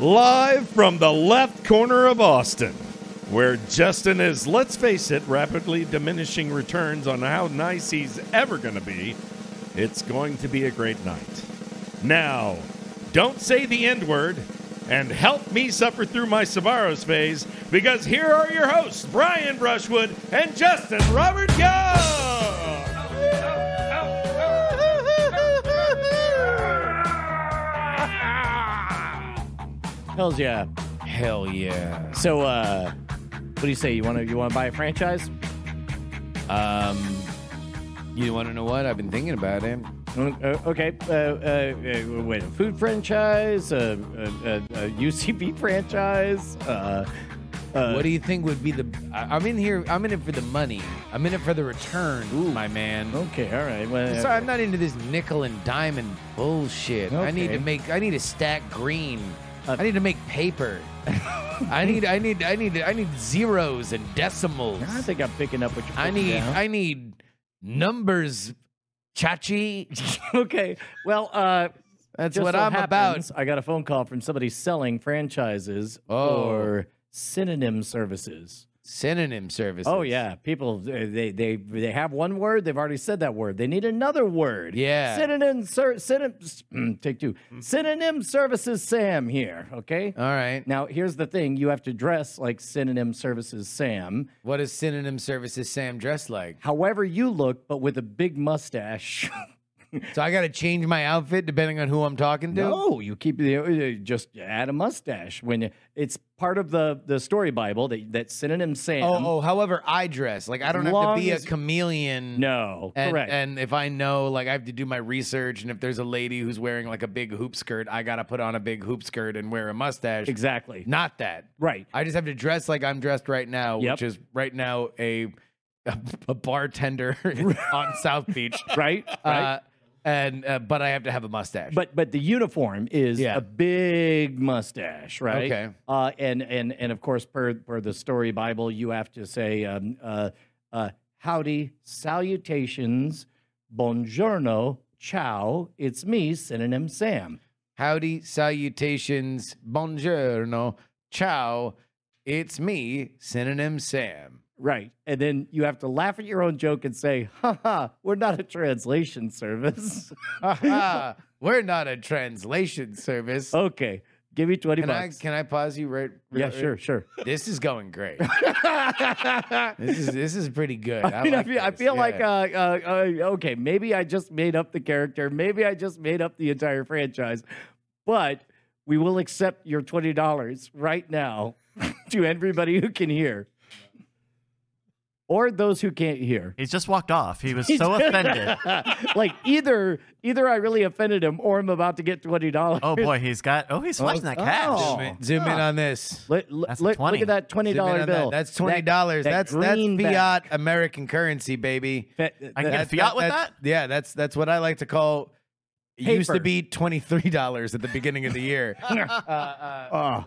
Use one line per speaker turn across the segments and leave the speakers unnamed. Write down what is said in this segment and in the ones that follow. live from the left corner of Austin, where Justin is, let's face it, rapidly diminishing returns on how nice he's ever going to be. It's going to be a great night. Now, don't say the N word and help me suffer through my Savaros phase because here are your hosts, Brian Brushwood and Justin Robert Young.
Hells yeah.
Hell yeah.
So, uh, what do you say? You want to you want to buy a franchise?
Um, you want to know what? I've been thinking about it.
Uh, okay. Uh, uh, uh, wait, a food franchise, a, a, a, a UCB franchise. Uh, uh,
what do you think would be the? I, I'm in here. I'm in it for the money. I'm in it for the return, my man.
Okay. All right. Well,
Sorry, I'm not into this nickel and diamond bullshit. I need to
Okay.
make. I need to stack green.
Uh,
I need to make paper. I need. I need. I need. I need zeros and decimals.
I think I'm picking up what you're.
I
putting
need.
down.
I need numbers. Chachi.
okay. Well, uh,
That's
just
what
so
I'm
happens, I got a phone call from somebody selling franchises
Oh.
or synonym services.
about. Synonym services.
Oh yeah, people uh, they they they have one word. They've already said that word. They need another word.
Yeah.
Synonym ser- synonyms. take two. Synonym services. Sam here. Okay.
All right.
Now here's the thing. You have to dress like synonym services. Sam.
What is synonym services Sam dressed like?
However you look, but with a big mustache.
So I got to change my outfit depending on who I'm talking to.
No, you keep the uh, just add a mustache when you- it's part of the the story Bible that that synonym Sam.
Oh, oh, however I dress. Like I
As
don't have to
long
be a
as-
chameleon.
no,
And,
correct.
and if I know, like, I have to do my research, and if there's a lady who's wearing like a big hoop skirt, I gotta put on a big hoop skirt and wear a mustache.
exactly.
Not that.
Right.
I just have to dress like I'm dressed right now,
Yep.
which is right now a a, a bartender on South Beach.
Right. right.
Uh, and uh, but I have to have a mustache.
But but the uniform is
Yeah.
a big mustache, right?
Okay.
Uh, and and and of course, per per the story Bible, you have to say um, uh, uh, howdy, salutations, buongiorno, ciao. It's me, synonym Sam.
Howdy, salutations, buongiorno, ciao. It's me, Synonym Sam.
Right. And then you have to laugh at your own joke and say, ha ha, we're not a translation service.
Ah, we're not a translation service.
okay. Give me 20
can I
bucks.
can I pause you right?
Oh, yeah,
right-
sure, sure.
This is going great. this is this is pretty good. I,
I mean, I
like
feel, I
this,
feel like, uh,
yeah.
uh, uh, okay, maybe I just made up the character. Maybe I just made up the entire franchise, but we will accept your $20 right now to everybody who can hear or those who can't hear.
He's just walked off. He was so offended.
like either, either I really offended him or I'm about to get $20.
Oh boy, he's got. Oh, he's flashing that cash.
oh.
zoom in, zoom in on this.
Let, let,
That's a
look- look
20.
at that twenty
Zoom in
dollar
on
bill.
That. That's twenty dollars.
that
That's that's fiat
greenback.
American currency, baby.
That- that-
I can get a fiat with
that's-
that.
Yeah, that's that's what I like to call. It used to
Paper.
be twenty three dollars at the beginning of the year.
oh.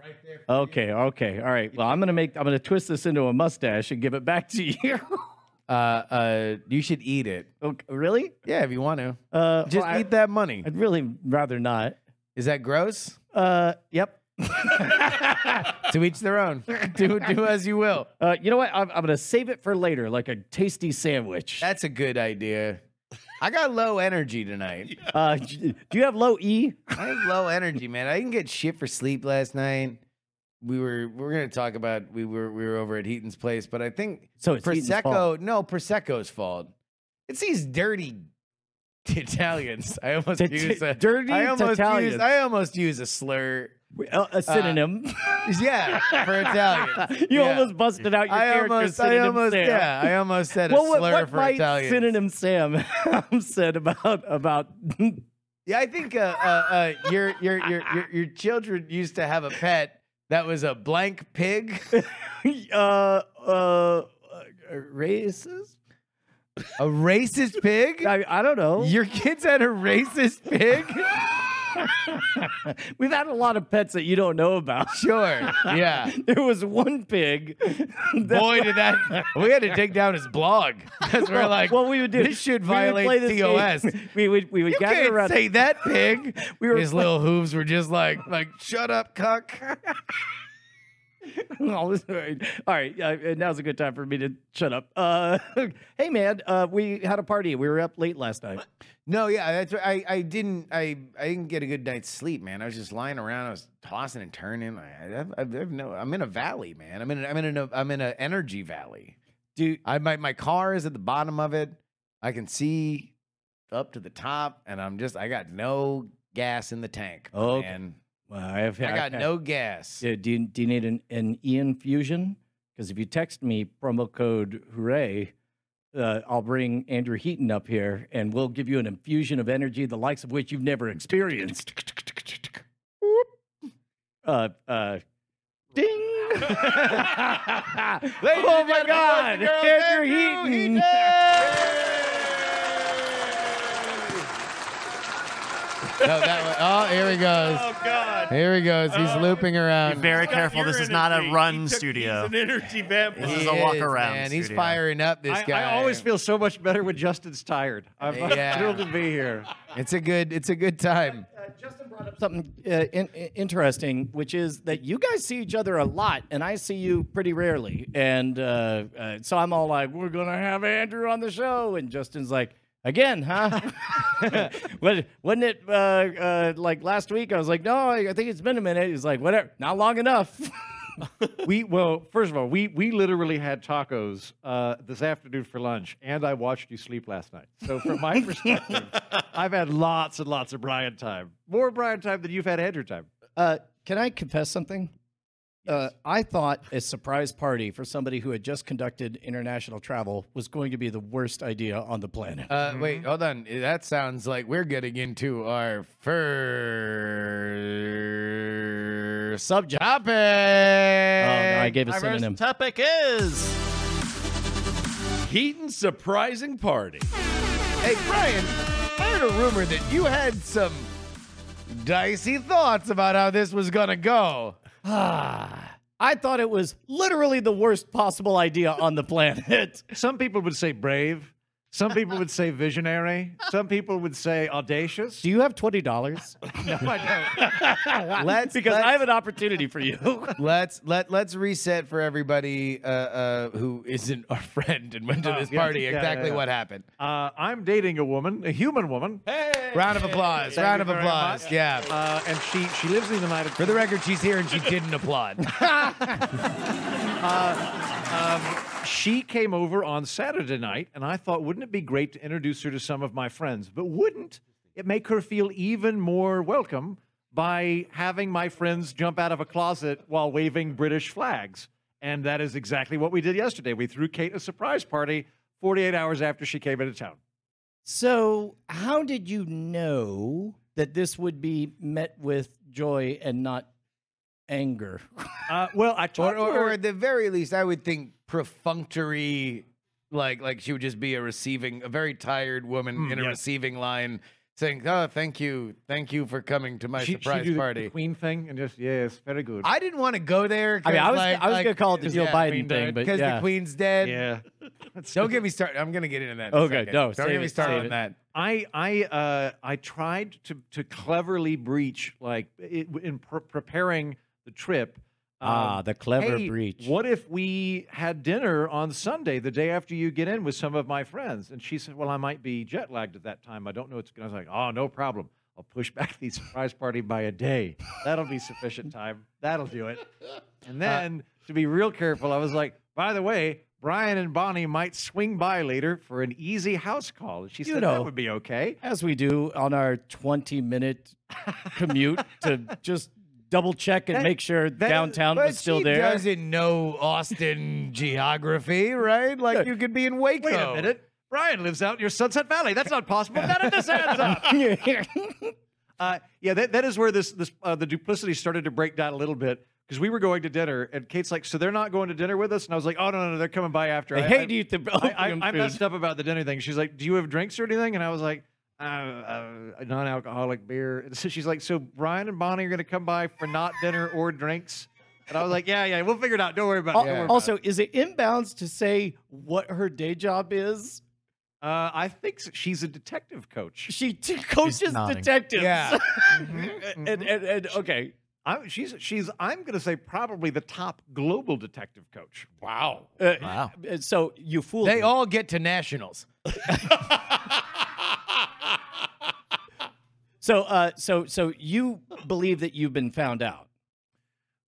Okay, okay, all right. Well, I'm gonna make I'm gonna twist this into a mustache and give it back to you.
uh, uh, you should eat it.
okay, really?
Yeah, if you want to,
Uh,
just
well, I-
eat that money.
I'd really rather not.
Is that gross?
Uh, yep.
to each their own. Do do as you will.
Uh, you know what? I'm, I'm gonna save it for later, like a tasty sandwich.
That's a good idea. I got low energy tonight.
Uh, do you have low E?
I have low energy, man. I didn't get shit for sleep last night. We were we are gonna talk about we were we were over at Heaton's place, but I think
So it's Eaton's fault.
Prosecco. No, Prosecco's fault. It's these dirty Italians. I almost
T- t-
used a,
dirty
I almost
Italians.
used I almost used a slur.
Uh, a synonym.
Yeah, for Italians.
you
uh, Yeah.
almost busted out your
I
character
almost, I
synonym
almost,
Sam.
yeah, I almost said a
Well, what,
slur
what
for
might
Italians.
synonym Sam said about about
Yeah, I think uh, uh, uh, your, your your your your children used to have a pet that was a blank pig,
uh, uh, racist?
a racist pig.
I, I don't know.
Your kids had a racist pig.
We've had a lot of pets that you don't know about.
Sure. Yeah.
There was one pig. that-
Boy, did that. We had to take down his blog because we're like,
what we would do?
this should
we would play
violate
this game.
TOS.
We would we would
You
gather
can't
around.
say that, pig.
We were
his
play-
little hooves were just like, like, shut up, cuck.
all right, all right. Uh, and now's a good time for me to shut up. Uh, hey man, uh, we had a party. We were up late last night.
No, yeah, that's right. I, I didn't I, I didn't get a good night's sleep, man. I was just lying around. I was tossing and turning. I, I've, I've, I've no, I'm in a valley, man. I'm in a, I'm in a, I'm in an energy valley.
Dude,
I my my car is at the bottom of it. I can see up to the top, and I'm just I got no gas in the tank. my
Okay.
man.
well, I have.
I got no gas.
Yeah, do you, do you need an, an Ian fusion? Because if you text me promo code hooray, uh, I'll bring Andrew Heaton up here and we'll give you an infusion of energy, the likes of which you've never experienced. Uh, uh, ding! oh my God! Andrew Heaton!
No, that was, oh, here he goes.
Oh God.
Here he goes. He's
Oh.
looping
Be
around.
very
He's got
careful. This
your
is not
energy.
a
He
run
took-
studio.
He's an energy vampire.
This
He
is a walk around
Man. He's
studio.
firing up this
I,
guy.
I always feel so much better when Justin's tired. I'm
Yeah.
thrilled to be here.
it's a good. It's a good time.
Uh, Justin brought up something uh, in, in- interesting, which is that you guys see each other a lot, and I see you pretty rarely. And uh, uh, so I'm all like, "We're gonna have Andrew on the show," and Justin's like, "Again, huh?" Wa- Wasn't it uh, uh, like last week? I was like, "No, I I think it's been a minute." He's like, "Whatever, not long enough."
We well, first of all, we we literally had tacos uh, this afternoon for lunch, and I watched you sleep last night. So from my perspective, I've had lots and lots of Brian time, more Brian time than you've had Andrew time.
Uh, can I confess something? Uh, I thought a surprise party for somebody who had just conducted international travel was going to be the worst idea on the planet.
Uh,
Mm-hmm.
Wait, hold on. That sounds like we're getting into our first subject. Topic. Oh,
oh, no, I gave a
Our
synonym.
first topic is
Heaton's surprising party.
Hey, Brian, I heard a rumor that you had some dicey thoughts about how this was going to go.
Ah, I thought it was literally the worst possible idea on the planet.
Some people would say brave. Some people would say visionary. Some people would say audacious.
Do you have twenty dollars?
No, I don't.
Let's-
because
let's-
I have an opportunity for you.
Let's let let's reset for everybody uh, uh, who isn't our friend and went to
Oh,
this
yeah,
party
yeah,
exactly
yeah, yeah.
what happened.
Uh, I'm dating a woman, a human woman,
Round of applause.
Thank
round
you
of
very
applause.
much.
Yeah.
uh, and she she lives in the United Uh,
For the record, she's here and she didn't applaud.
um, she came over on Saturday night, and I thought, wouldn't it be great to introduce her to some of my friends? But wouldn't it make her feel even more welcome by having my friends jump out of a closet while waving British flags? And that is exactly what we did yesterday. We threw Kate a surprise party 48 hours after she came into town.
so, how did you know that this would be met with joy and not anger?
Uh, well, I
or,
talked
or,
to her.
or at the very least, I would think perfunctory, like like she would just be a receiving, a very tired woman
Hmm,
in a
yes.
receiving line saying, "Oh, thank you, thank you for coming to my
she,
surprise
she do The
party."
queen thing, and just yes, very good.
I didn't want to go there.
I mean,
'cause,
I was-
like-
I was
like-
gonna call it the Joe Biden
Queen
thing,
died.
but
the
yeah.
queen's dead.
yeah.
Don't get me started. I'm gonna get into that. in a
Okay,
second.
no,
don't
save
get me
it,
started
save
on
it.
that.
I I uh, I tried to to cleverly breach like it, in pr- preparing the trip. um,
ah, the clever
hey,
breach.
What if we had dinner on Sunday, the day after you get in, with some of my friends? And she said, "Well, I might be jet lagged at that time. I don't know what's going." I was like, "Oh, no problem. I'll push back the surprise party by a day. That'll be sufficient time. That'll do it." And then to be real careful, I was like, "By the way." Brian and Bonnie might swing by later for an easy house call. And she
You
said
know.
that would be okay.
As we do on our twenty-minute commute to just double check and
That-
make sure
that-
downtown
But
was still
she
there.
doesn't know Austin geography, right? Like you could be in Waco.
Wait a minute. Brian lives out near Sunset Valley. That's not possible. None of this adds up. Uh, yeah, that, that is where this, this uh, the duplicity started to break down a little bit because we were going to dinner and Kate's like, so they're not going to dinner with us? And I was like, oh, no, no, they're coming by after.
They
I,
hate
I,
to eat the
I, I,
opium
I
food.
messed up about the dinner thing. She's like, do you have drinks or anything? And I was like, uh, uh, a non-alcoholic beer. And so she's like, so Brian and Bonnie are going to come by for not dinner or drinks. And I was like, yeah, yeah, we'll figure it out. Don't worry about it.
Al-
Don't worry about
Also, is it inbounds to say what her day job is?
it." Uh, I think s- she's a detective coach.
She t- coaches
nodding.
detectives.
Yeah.
Mm-hmm,
and, and, and okay.
I'm, she's she's I'm going to say probably the top global detective coach.
Wow.
Uh,
Wow.
uh, So you fooled
They
me.
all get to nationals.
so uh, so so you believe that you've been found out.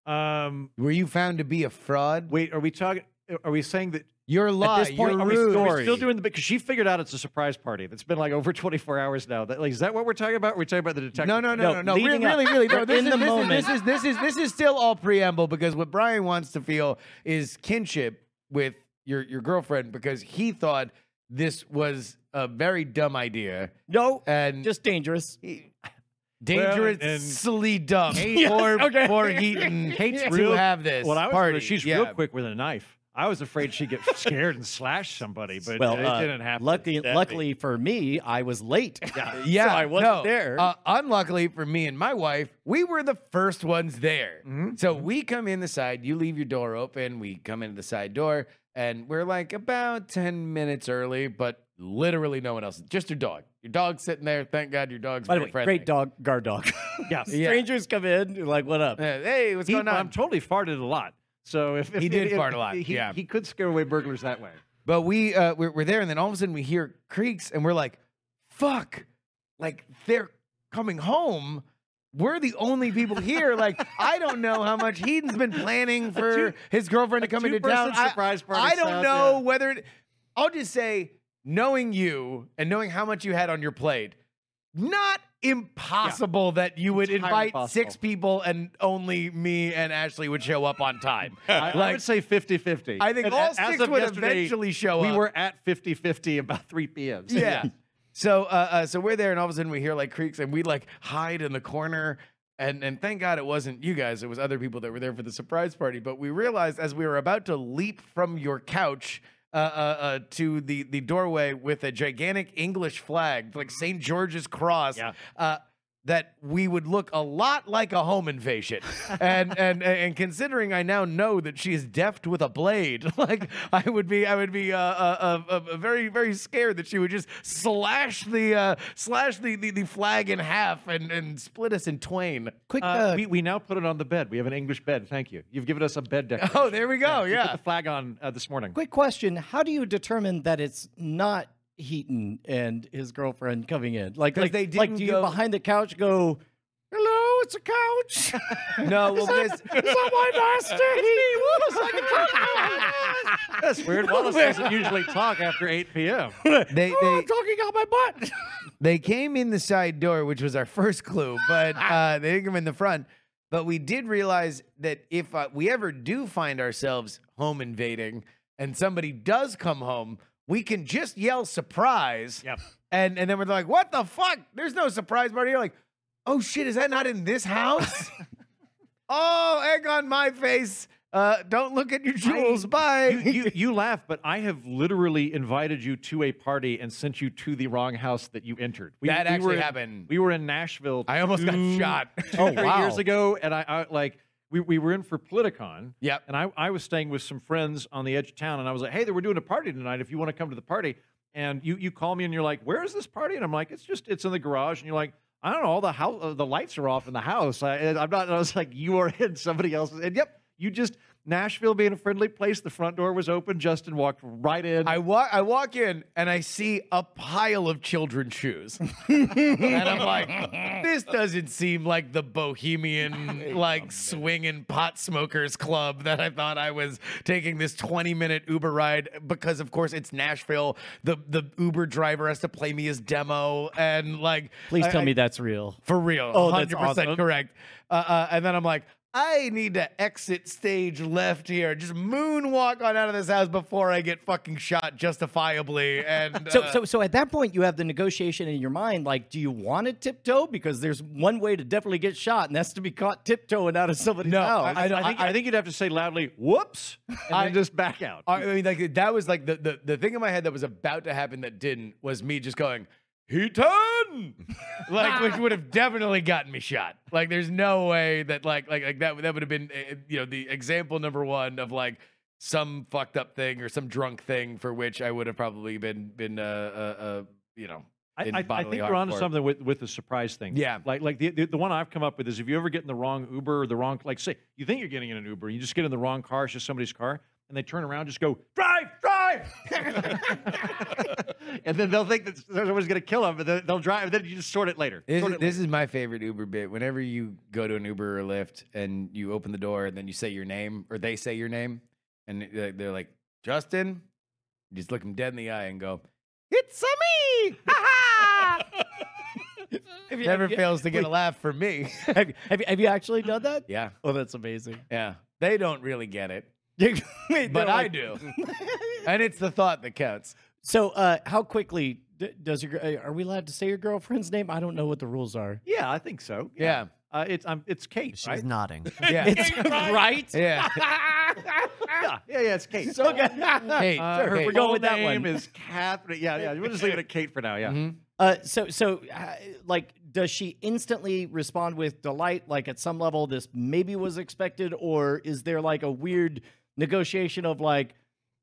Um,
Were you found to be a fraud?
wait, are we talking? Are we saying that
Your lie.
At this point,
your
are we,
ruse.
are we still doing the because she figured out it's a surprise party that's been like over 24 hours now. That, like, is that what we're talking about? We're talking about the detective.
No, no,
No,
no, no, no. Really,
leading up.
really, really. No,
We're
this
in
is,
the
this is- this
moment.
is this is this is still all preamble because what Brian wants to feel is kinship with your your girlfriend because he thought this was a very dumb idea
No,
and
just dangerous.
dangerously dumb.
Yes,
Poor,
okay.
poor Heaton hates
Real-
to have this
Well, I was
party.
she's
yeah.
real quick with a knife. I was afraid she'd get scared and slash somebody, but
Well,
it
uh,
didn't happen.
Luckily,
That
luckily for me, I was late. Yeah,
Yeah,
I wasn't
no.
there.
Uh, unluckily for me and my wife, we were the first ones there.
Mm-hmm.
So we come in the side. You leave your door open. We come into the side door, and we're like about ten minutes early, but literally no one else. Just your dog. Your dog's sitting there. Thank God your dog's
By the
very
way,
friendly.
great dog, guard dog.
Yeah.
Yeah.
Strangers come in, you're like, what up?
Uh, hey, what's
He-
going on?
I'm totally farted a lot. So if, if
He did
if-
fart a lot,
he,
yeah.
he could scare away burglars that way.
But we uh, we're, we're there, and then all of a sudden we hear creaks, and we're like, "Fuck!" Like they're coming home. We're the only people here. Like I don't know how much Heaton's been planning for
two-
his girlfriend to
a
come into
two-person
town. I-
surprise party
I don't
sounds-
know
yeah.
whether it, I'll just say, knowing you and knowing how much you had on your plate, not impossible that you would
Entirely
invite six
possible.
people and only me and Ashley would show up on time.
I, I would say 50 50.
I think all six would eventually show
we
up.
were at 50 50 about 3 p.m. So
Yeah. So, uh, uh, so we're there, and all of a sudden we hear like creaks, and we like hide in the corner. And and thank God it wasn't you guys; it was other people that were there for the surprise party. But we realized as we were about to leap from your couch. Uh, uh, uh, to the, the doorway with a gigantic English flag, like St. George's Cross,
Yeah.
uh, that we would look a lot like a home invasion. and, and and considering I now know that she is deft with a blade, like I would be I would be uh, uh, uh, uh, very very scared that she would just slash the uh, slash the, the, the flag in half and, and split us in twain.
Quick,
Uh,
uh,
we, we now put it on the bed. We have an English bed. Thank you. You've given us a bed deck.
Oh, there we go.
We put
Yeah.
the flag on uh, this morning.
Quick question: How do you determine that it's not Heaton and his girlfriend coming in? Like,
'Cause
like,
they
like,
didn't
do you
go-
behind the couch go? Hello, it's a couch.
No, well, this
Someone master
That's weird. Wallace doesn't usually talk after 8 p.m.
they
Oh,
they
I'm talking out my butt.
They came in the side door, which was our first clue, but uh, they didn't come in the front. But we did realize that if uh, we ever do find ourselves home invading and somebody does come home, we can just yell surprise.
Yep.
And, and then we're like, what the fuck? There's no surprise party. You're like, oh shit, is that not in this house? oh, egg on my face. Uh, don't look at your jewels. Bye.
You, you, you laugh, but I have literally invited you to a party and sent you to the wrong house that you entered. We,
that
we were
actually
in-
happened.
We were in Nashville.
I almost got
two-
shot.
two
Oh,
or
Oh,
three years ago, and I, I like we, we were in for Politicon.
Yep.
And I, I was staying with some friends on the edge of town, and I was like, "Hey, we're doing a party tonight. If you want to come to the party," and you you call me and you're like, "Where is this party?" And I'm like, "It's just it's in the garage." And you're like. I don't know. All the house, uh, the lights are off in the house. I, and I'm not. And I was like, you are in somebody else's. And yep, you just Nashville being a friendly place. The front door was open. Justin walked right in.
I walk I walk in and I see a pile of children's shoes. and I'm like, this doesn't seem like the bohemian like swinging pot smokers club that I thought I was taking this 20 minute Uber ride because of course it's Nashville. The the Uber driver has to play me his demo and like
Please
I-
tell
I-
me that's real.
for real.
Oh, that's
100%
awesome.
correct. Uh, uh, and then I'm like, I need to exit stage left here. Just moonwalk on out of this house before I get fucking shot justifiably. And
So,
uh,
so, so at that point, you have the negotiation in your mind. Like, do you want to tiptoe? Because there's one way to definitely get shot, and that's to be caught tiptoeing out of somebody's
No,
house.
I-
I, think, I, think you'd have to say loudly, "Whoops," and
I-
then just back out.
I mean, like that was like the, the the thing in my head that was about to happen that didn't was me just going, Heaton, like which would have definitely gotten me shot. Like there's no way that like like like that that would have been uh, you know the example number one of like some fucked up thing or some drunk thing for which I would have probably been been uh uh, uh you know
I,
in
I, I
bodily
think
harm
we're onto
for it.
something with, with the surprise thing.
Yeah.
Like like the, the the one I've come up with is if you ever get in the wrong Uber or the wrong like say you think you're getting in an Uber, you just get in the wrong car, it's just somebody's car, and they turn around, and just go drive, drive, and then they'll think that someone's gonna kill them, but they'll, they'll drive. Then you just sort it later.
This,
Sort
is-
it
this is my favorite Uber bit. Whenever you go to an Uber or Lyft and you open the door and then you say your name or they say your name and they're, they're like, Justin, you just look them dead in the eye and go, It's a me! Ha ha!
Have you-
Never
have you-
fails to get a laugh from me.
Have, you- have you, have you actually done that?
yeah,
Oh, that's amazing.
yeah. They don't really get it,
Wait,
but
they're
I
like-
do. and it's the thought that counts.
So, uh, how quickly d- does your gr- uh, are we allowed to say your girlfriend's name? I don't know what the rules are.
later. Yeah, I think so.
Yeah,
Uh, it's um, it's Kate.
She's
right?
nodding.
yeah,
It's right.
yeah.
yeah, yeah, yeah, it's Kate.
So good.
Hey,
Uh, her
hey.
full
going with that
name
one.
is Catherine. Yeah, yeah. We'll just leave it at Kate for now. Yeah.
Mhm.
Uh, so, so, uh, like, does she instantly respond with delight? Like, at some level, this maybe was expected, or is there like a weird negotiation of like,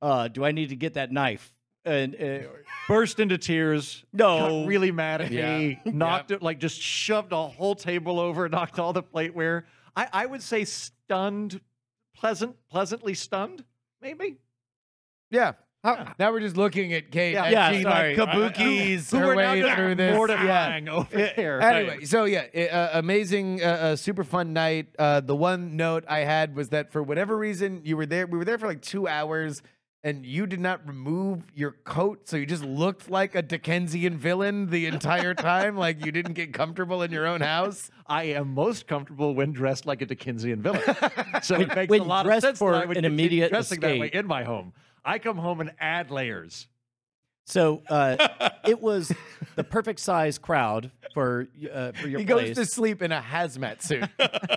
uh, do I need to get that knife? And uh,
burst into tears.
No.
got really mad at
Oh, Yeah.
me. Knocked it like just shoved a whole table over. Knocked all the plateware. I, I would say stunned, pleasant, pleasantly stunned. Maybe.
Yeah. Now we're just looking at Kate.
Yeah.
as
Yeah,
she,
sorry.
Like, kabukis her
are now
way
just
through this.
Mortifying over there.
Anyway, so yeah, i- uh, amazing, uh, uh, super fun night. Uh, the one note I had was that for whatever reason you were there, we were there for like two hours, and you did not remove your coat, so you just looked like a Dickensian villain the entire time. like you didn't get comfortable in your own house.
I am most comfortable when dressed like a Dickensian villain. So it makes
when
a lot of
dressed
sense
for
that I would
an
continue
immediate
dressing that way
escape.
in my home. I come home and add layers.
so uh, it was the perfect size crowd for uh, for your
He
place.
goes to sleep in a hazmat suit.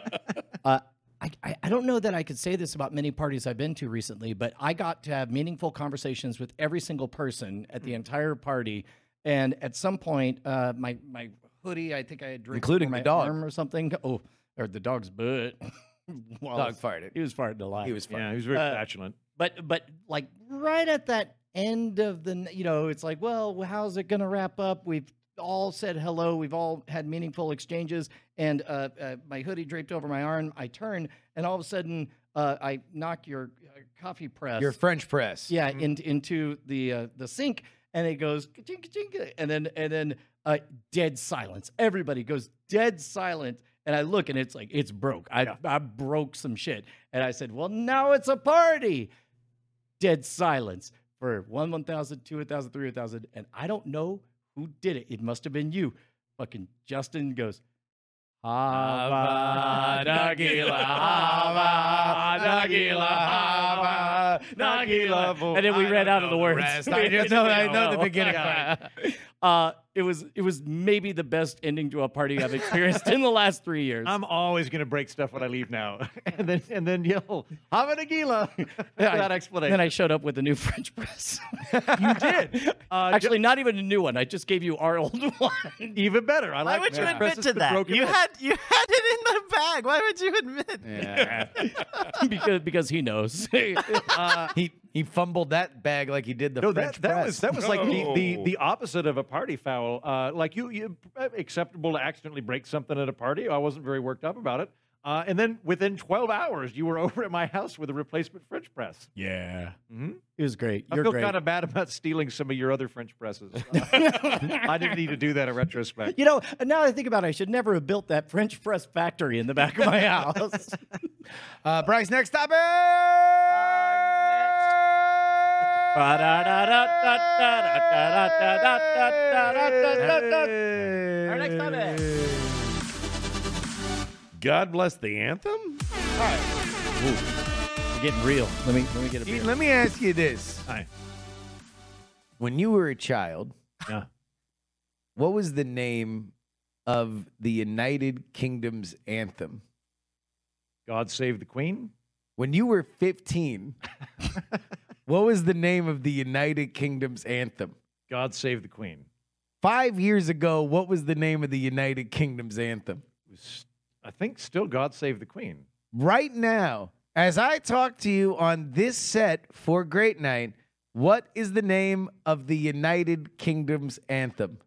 Uh, I, I I don't know that I could say this about many parties I've been to recently, but I got to have meaningful conversations with every single person at the entire party. And at some point, uh, my my hoodie, I think I had drinks,
Including
over
the
my
dog.
arm or something. Oh, or the dog's butt.
Dog
Wallace,
farted.
He was farting a lot.
He was farting.
Yeah, he was very
Uh,
petulant.
but but like right at that end of the n- you know it's like well how's it gonna wrap up we've all said hello we've all had meaningful exchanges and uh, uh, my hoodie draped over my arm i turn and all of a sudden uh, i knock your uh, coffee press
Your French press.
yeah in, into the uh, the sink and it goes ka-ching, ka-ching, and then and then uh, dead silence everybody goes dead silent and i look and it's like it's broke I, I broke some shit and i said well now it's a party dead silence for 1 1000 2 1000 3 1000 and i don't know who did it it must have been you fucking justin goes Hava, Nagila, Hava, Nagila, Hava, Nagila.
vo-
And then we
I
ran
don't
out of
know
the
the
words.
rest. I just know- I know the beginning
Yeah. Uh, it was it was maybe the best ending to a party I've experienced in the last three years.
I'm always going to break stuff when I leave now, and then and then yell "Hava Nagila" without explanation.
Then I showed up with a new French press.
you did uh, ju-
Actually, not even a new one. I just gave you our old one.
even better. I
Why
like
would you
that.
admit
Presses
to
the
that?
broken
You
lip.
had you had it in the bag. Why would you admit?
Yeah.
because because he knows.
Uh,
he he fumbled that bag like he did the
no, that,
French
that
press.
was that was like the, the
No.
the opposite of a party foul. Uh, like you, you acceptable to accidentally break something at a party. I wasn't very worked up about it. Uh, and then within 12 hours, you were over at my house with a replacement French press.
Yeah.
it was great.
I
You're
feel
great.
kind of bad about stealing some of your other French presses. I didn't need to do that in retrospect.
You know, now that I think about it, I should never have built that French press factory in the back of my house.
Uh, Bryce, next topic. Our
next topic.
God bless the anthem?
We're getting real. Let me let me get a beer.
Let me ask you this. When you were a child,
Yeah.
what was the name of the United Kingdom's anthem?
God save the Queen.
When you were 15, what was the name of the United Kingdom's anthem?
God save the Queen.
Five years ago, what was the name of the United Kingdom's anthem?
was, I think, still God Save the Queen.
Right now, as I talk to you on this set for Great Night, what is the name of the United Kingdom's anthem?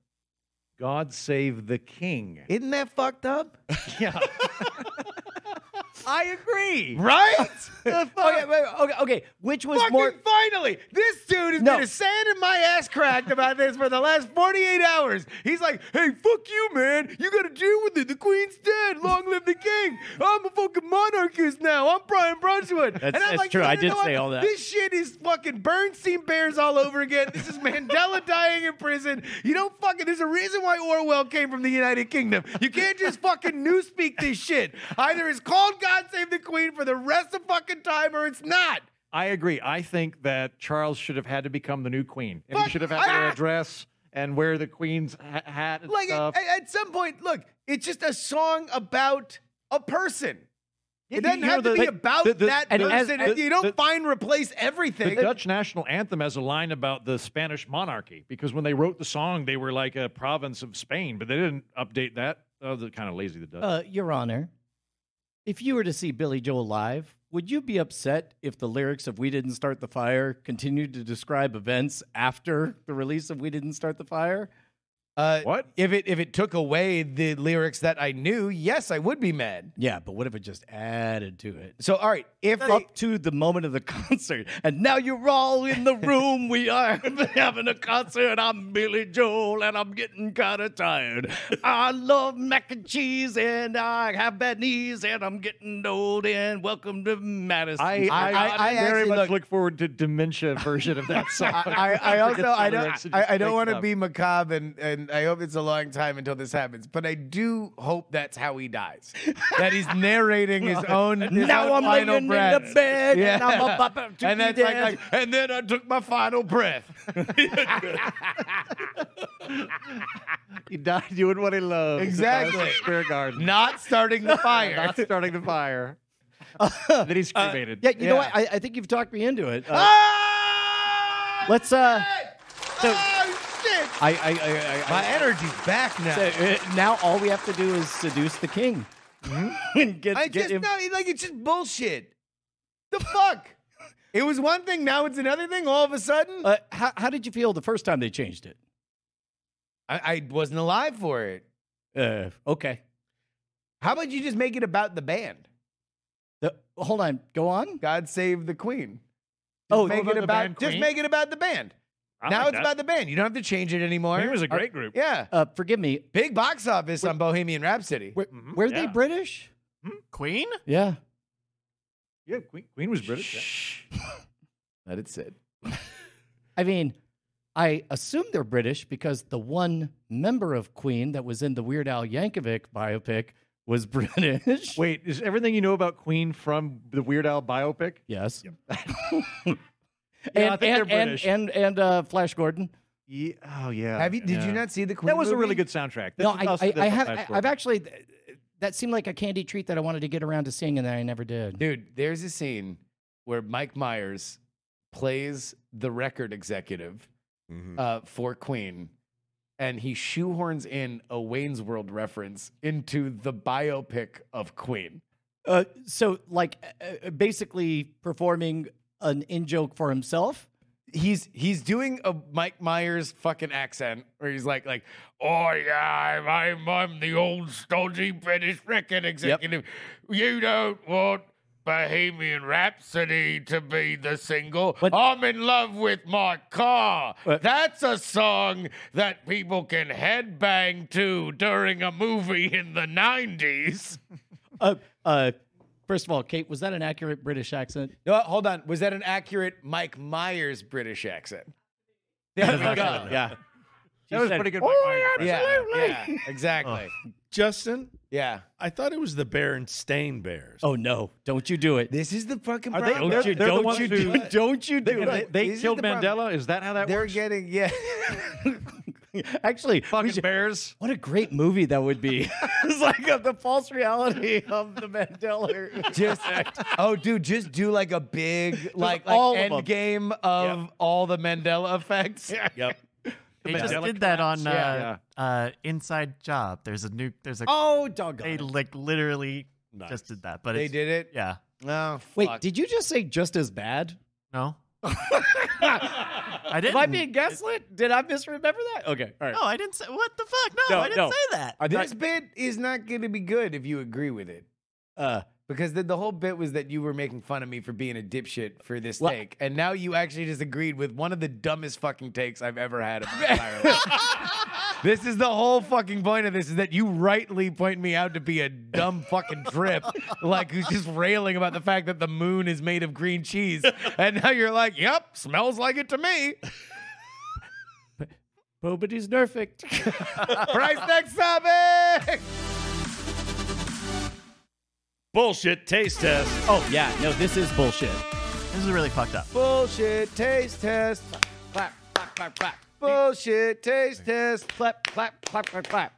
God Save the King.
Isn't that fucked up?
Yeah. I agree.
Right?
Okay, Oh, wait, wait, okay, okay. Which was
Fucking
more?
finally! This dude has
No.
been a sand in my ass cracked about this for the last 48 hours. He's like, hey, fuck you, man. You gotta deal with it. The queen's dead. Long live the king. I'm a fucking monarchist now. I'm Brian Brunswood.
That's-
and I'm
that's
like,
true.
"No,
I
no,
did
no,
say all that."
This shit is fucking Bernstein Bears all over again. This is Mandela dying in prison. You don't fucking, there's a reason why Orwell came from the United Kingdom. You can't just fucking newspeak this shit. Either it's called God Save the Queen for the rest of fucking time or it's not.
I agree. I think that Charles should have had to become the new queen. And
Fuck-
he should have had to wear
Ah!
a dress and wear the queen's ha- hat and
like
stuff.
at, at some point look it's just a song about a person
You-
it doesn't
you know,
have to
the-
be
the-
about
the- the-
that
and as-
person
the-
you don't
the-
find replace everything
the Dutch national anthem has a line about the Spanish monarchy because when they wrote the song, they were like a province of Spain, but they didn't update that. Oh, they're kind of lazy, the Dutch.
Uh, Your Honor, if you were to see Billy Joel live, would you be upset if the lyrics of "We Didn't Start the Fire" continued to describe events after the release of "We Didn't Start the Fire"?
uh,
what?
if it if it took away the lyrics that i knew yes i would be mad
Yeah, but what if it just added to it?
so all right if
Up to the moment of the concert, and now you're all in the room. We are having a concert. I'm Billy Joel, and I'm getting kind of tired. I love mac and cheese, and I have bad knees, and I'm getting old. And welcome to Madison.
I, I,
I-
I,
I
very
actually
much
look-
look, forward to dementia version of that song.
I, I, I also
forget the
I don't
lyrics and
I,
just
I don't
make
want to
up.
be macabre and, and I hope it's a long time until this happens, but I do hope that's how he dies. That he's narrating his own his
now I'm
own final
laying in
breath.
the bed, and
Yeah.
I'm about to
and
be
that's like,
dead.
like, and then I took my final breath.
He died doing what he loved.
Exactly.
Square garden.
Not starting the fire.
Not starting the fire. then he's cremated.
yeah, you know
uh, yeah.
what? I, I think you've talked me into it. Uh,
Ah!
let's. uh so-
oh shit!
I, I, I, I,
My energy's back now.
So, uh, now all we have to do is seduce the king and get,
I
get
just
him.
no, like it's just bullshit. The fuck? it was one thing, now it's another thing. All of a sudden,
Uh, how, how did you feel the first time they changed it?
I, I wasn't alive for it.
Uh, okay.
How about you just make it about the band?
The, hold on. Go on.
God save the Queen. Just
Oh,
make
about
it
the
about
band
just
Queen?
make it about the band.
I
now
like
it's
that.
about the band. You don't have to change it anymore.
Queen was a great group.
yeah.
Uh, forgive me.
Big box office on Bohemian Rhapsody.
Were,
Mhm,
were they
yeah.
British?
Queen?
Yeah.
Yeah, Queen, Queen was British. yeah.
That it said.
I mean, I assume they're British because the one member of Queen that was in the Weird Al Yankovic biopic was British.
Wait, is everything you know about Queen from the Weird Al biopic?
Yes.
Yeah, I
and,
think
and,
they're
and,
British.
and and uh, Flash Gordon.
Yeah. Oh, yeah.
Have you? Did
yeah.
you not see the Queen?
That was a
movie?
really good soundtrack.
No,
This is
I,
also
I,
the
I have.
Flash
I, I've
Gordon.
actually. That seemed like a candy treat that I wanted to get around to seeing, and then I never did.
Dude, there's a scene where Mike Myers plays the record executive
Mm-hmm.
uh, for Queen, and he shoehorns in a Wayne's World reference into the biopic of Queen.
Uh, so, like, uh, uh, basically performing an in joke for himself.
He's he's doing a Mike Myers fucking accent where he's like like, oh yeah, I'm I'm, I'm the old stodgy British record executive. You don't want. Bohemian Rhapsody to be the single.
But-
I'm in love with my car.
But-
That's a song that people can headbang to during a movie in the 90s.
Uh, uh, first of all, Kate, was that an accurate British accent?
No, hold on. Was that an accurate Mike Myers British accent? There we go.
Yeah.
That was
said,
pretty good.
"Oh,
Mike Myers.
yeah."
Yeah,
Absolutely.
exactly.
Justin,
Yeah.
I thought it was the Berenstain Bears.
Oh no! Don't you do it!
This is the fucking
Are they-
problem.
they're-
Don't you,
they're the
don't
ones
you
who-
do it! Don't you do
And
it!
They,
This
they
is
killed
the problem.
Mandela. Is that how that
They're
works?
getting, yeah.
Actually, we
Fucking
should-
bears.
what a great movie that would be! it's like uh, the false reality of the Mandela.
just, oh, dude, just do like a big, like, like
all of
end
them.
game of all the Mandela effects.
Yep.
They
Yeah.
just
Mandela
did that on
Yeah.
uh, uh, Inside Job. There's a new. There's a.
Oh, doggone.
they
it.
like literally
Nice.
just did that. But
They
it's,
did it.
Yeah.
Oh,
Wait,
fuck.
did you just say just as bad?
No. I didn't.
Am I being gaslit? Did I misremember that? Okay, all
Oh.
right.
No, I didn't say. What the fuck? No,
No,
I didn't
no.
say that.
I
this
thought-
bit is not going to be good if you agree with it.
uh,
Because the, the whole bit was that you were making fun of me for being a dipshit for this
Well-
take, and now you actually just agreed with one of the dumbest fucking takes I've ever had in my entire life. This is the whole fucking point of this is that you rightly point me out to be a dumb fucking trip, like who's just railing about the fact that the moon is made of green cheese, and now you're like, "Yep, smells like it to me."
Bobady's perfect.
Price next topic.
Bullshit taste test.
oh yeah, no, this is bullshit.
This is really fucked up.
Bullshit taste test. Clap, clap, clap, clap. Bullshit taste test. Clap, clap, clap, clap, clap.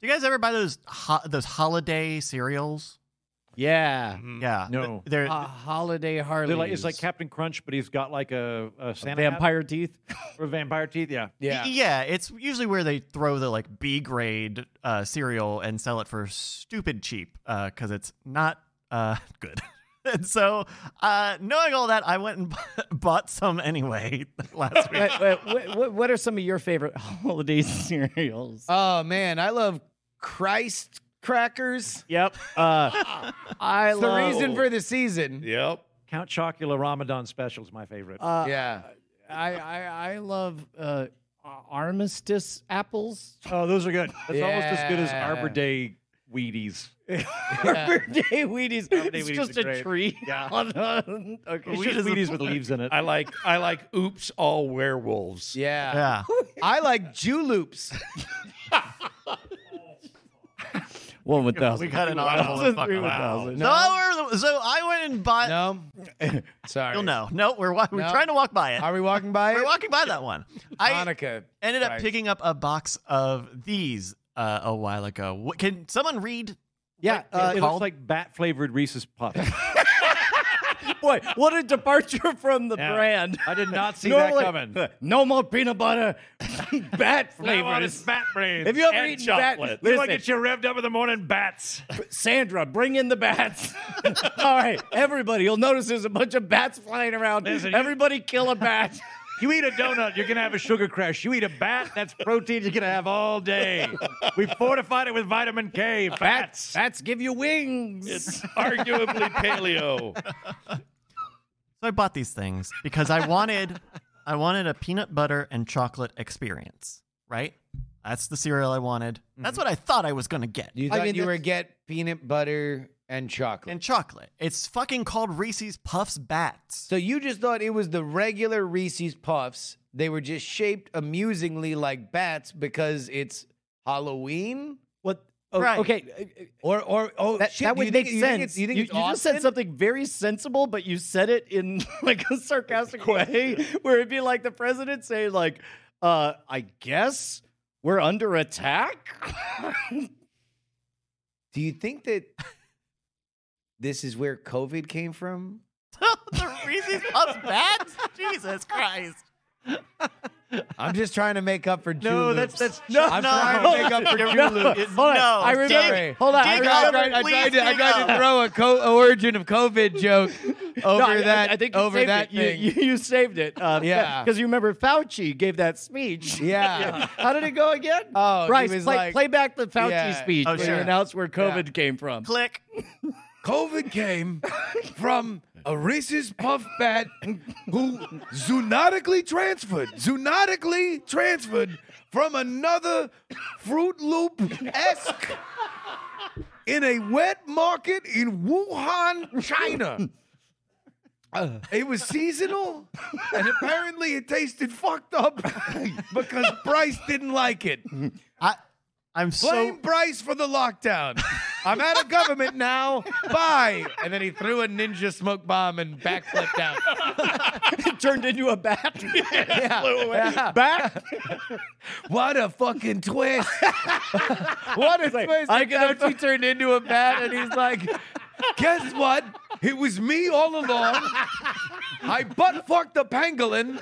Do you guys ever buy those ho- those holiday cereals?
Yeah,
Mm-hmm.
Yeah.
No.
Th- They're,
Ah,
uh, holiday Harley.
They're like, it's like Captain Crunch, but he's got like a, a Santa hat
vampire teeth.
or vampire teeth. Yeah.
yeah. It's usually where they throw the like B grade uh, cereal and sell it for stupid cheap because it's not uh, good. and so, uh, knowing all that, I went and bought some anyway last week.
Wait, wait, wh- wh- what are some of your favorite holiday cereals?
Oh man, I love Christ crackers.
yep. Uh, I
It's the
love.
reason for the season.
Yep.
Count Chocula Ramadan special is my favorite.
Uh,
Yeah.
I, I I love uh, armistice apples.
oh, those are good. That's almost as good as
Yeah.
Arbor Day Wheaties.
Arbor Day Wheaties.
Day
it's
Wheaties
just
are
a
great.
tree.
Yeah.
on a- okay.
It's just Wheaties with leaves in it. Uh,
I like I like oops all werewolves.
Yeah.
yeah.
I like Juloops.
One one thousand.
We got an audible.
Thousand,
fuck
three
off.
one thousand.
So, I were- so I went and bought.
No. Sorry.
You'll know. No, we're wa- we're
No.
trying to walk by it.
Are we walking by
We're
it?
walking by that one. I
Monica.
ended up
Christ.
picking up a box of these uh, a while ago. What, can someone read?
Yeah. Uh,
it looks like bat flavored Reese's Puffs.
boy, what a departure from the
Yeah.
brand.
I did not see
Normally-
that coming.
No more peanut butter, bat flavors.
bat brains.
Have you ever eaten bat?
You
Listen,
want to get you revved up in the morning, bats.
Sandra, bring in the bats. All right, everybody, you'll notice there's a bunch of bats flying around.
Listen, you-
everybody, kill a bat.
You eat a donut, you're gonna have a sugar crash. You eat a bat, that's protein you're gonna have all day. We fortified it with vitamin K. Bats.
Bats give you wings.
It's arguably paleo.
So I bought these things because I wanted, I wanted a peanut butter and chocolate experience. Right? That's the cereal I wanted. That's what I thought I was gonna get.
You
I
thought
mean,
you were
that's-
get peanut butter and chocolate.
and chocolate. It's fucking called Reese's Puffs Bats.
so you just thought it was the regular Reese's Puffs. They were just shaped amusingly like bats because it's Halloween.
what? Oh,
Right.
Okay,
Or or oh
that,
shit,
that
do you
would
think-
make
you think
sense.
it's- you think
you,
it's
you just said
Austin?
something very sensible, but you said it in like a sarcastic way, where it'd be like the president saying, "Like, uh, I guess we're under attack."
Do you think that this is where COVID came from?
the Reese's Puffs Bats? Jesus Christ.
I'm just trying to make up for Juloops.
No, that's that's
no,
I'm
No.
trying to make up for Juloops.
It's-
hold on.
no,
I remember.
dig-
hold on, I
dig
remember-
up.
I tried, I
Please
tried to, I
take
tried to
off.
throw a co- origin of COVID joke over
No, I- I-
that.
I, think you
over
saved
that
it. You-
thing.
You, you saved it. Uh,
Yeah.
because you remember Fauci gave that speech.
yeah.
How did it go again?
Oh, he
Bryce,
was
play,
like-
play back the Fauci
Yeah.
speech
Oh,
where
sure.
he announced where COVID came from.
Click.
COVID came from a Reese's Puff bat who zoonotically transferred, zoonotically transferred from another Fruit Loop esque in a wet market in Wuhan, China. Uh, It was seasonal, and apparently it tasted fucked up because Bryce didn't like it.
I, I'm so
Blame Bryce for the lockdown. I'm out of government now. Bye. And then he threw a ninja smoke bomb and backflipped out.
It turned into a bat.
Yeah.
Bat.
What a fucking twist. what a
like,
twist.
I
I
gotta-
got he turned into a bat and he's like, guess what? It was me all along. I butt fucked a pangolin.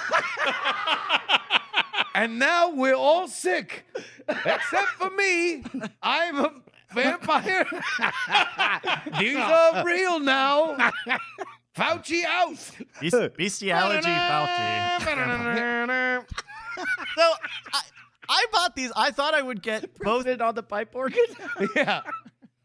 and now we're all sick, except for me. I'm a vampire. These are real now. Fauci out.
Beast- bestiality Fauci. So I, I bought these. I thought I would get both.
Posted on the pipe organ.
yeah.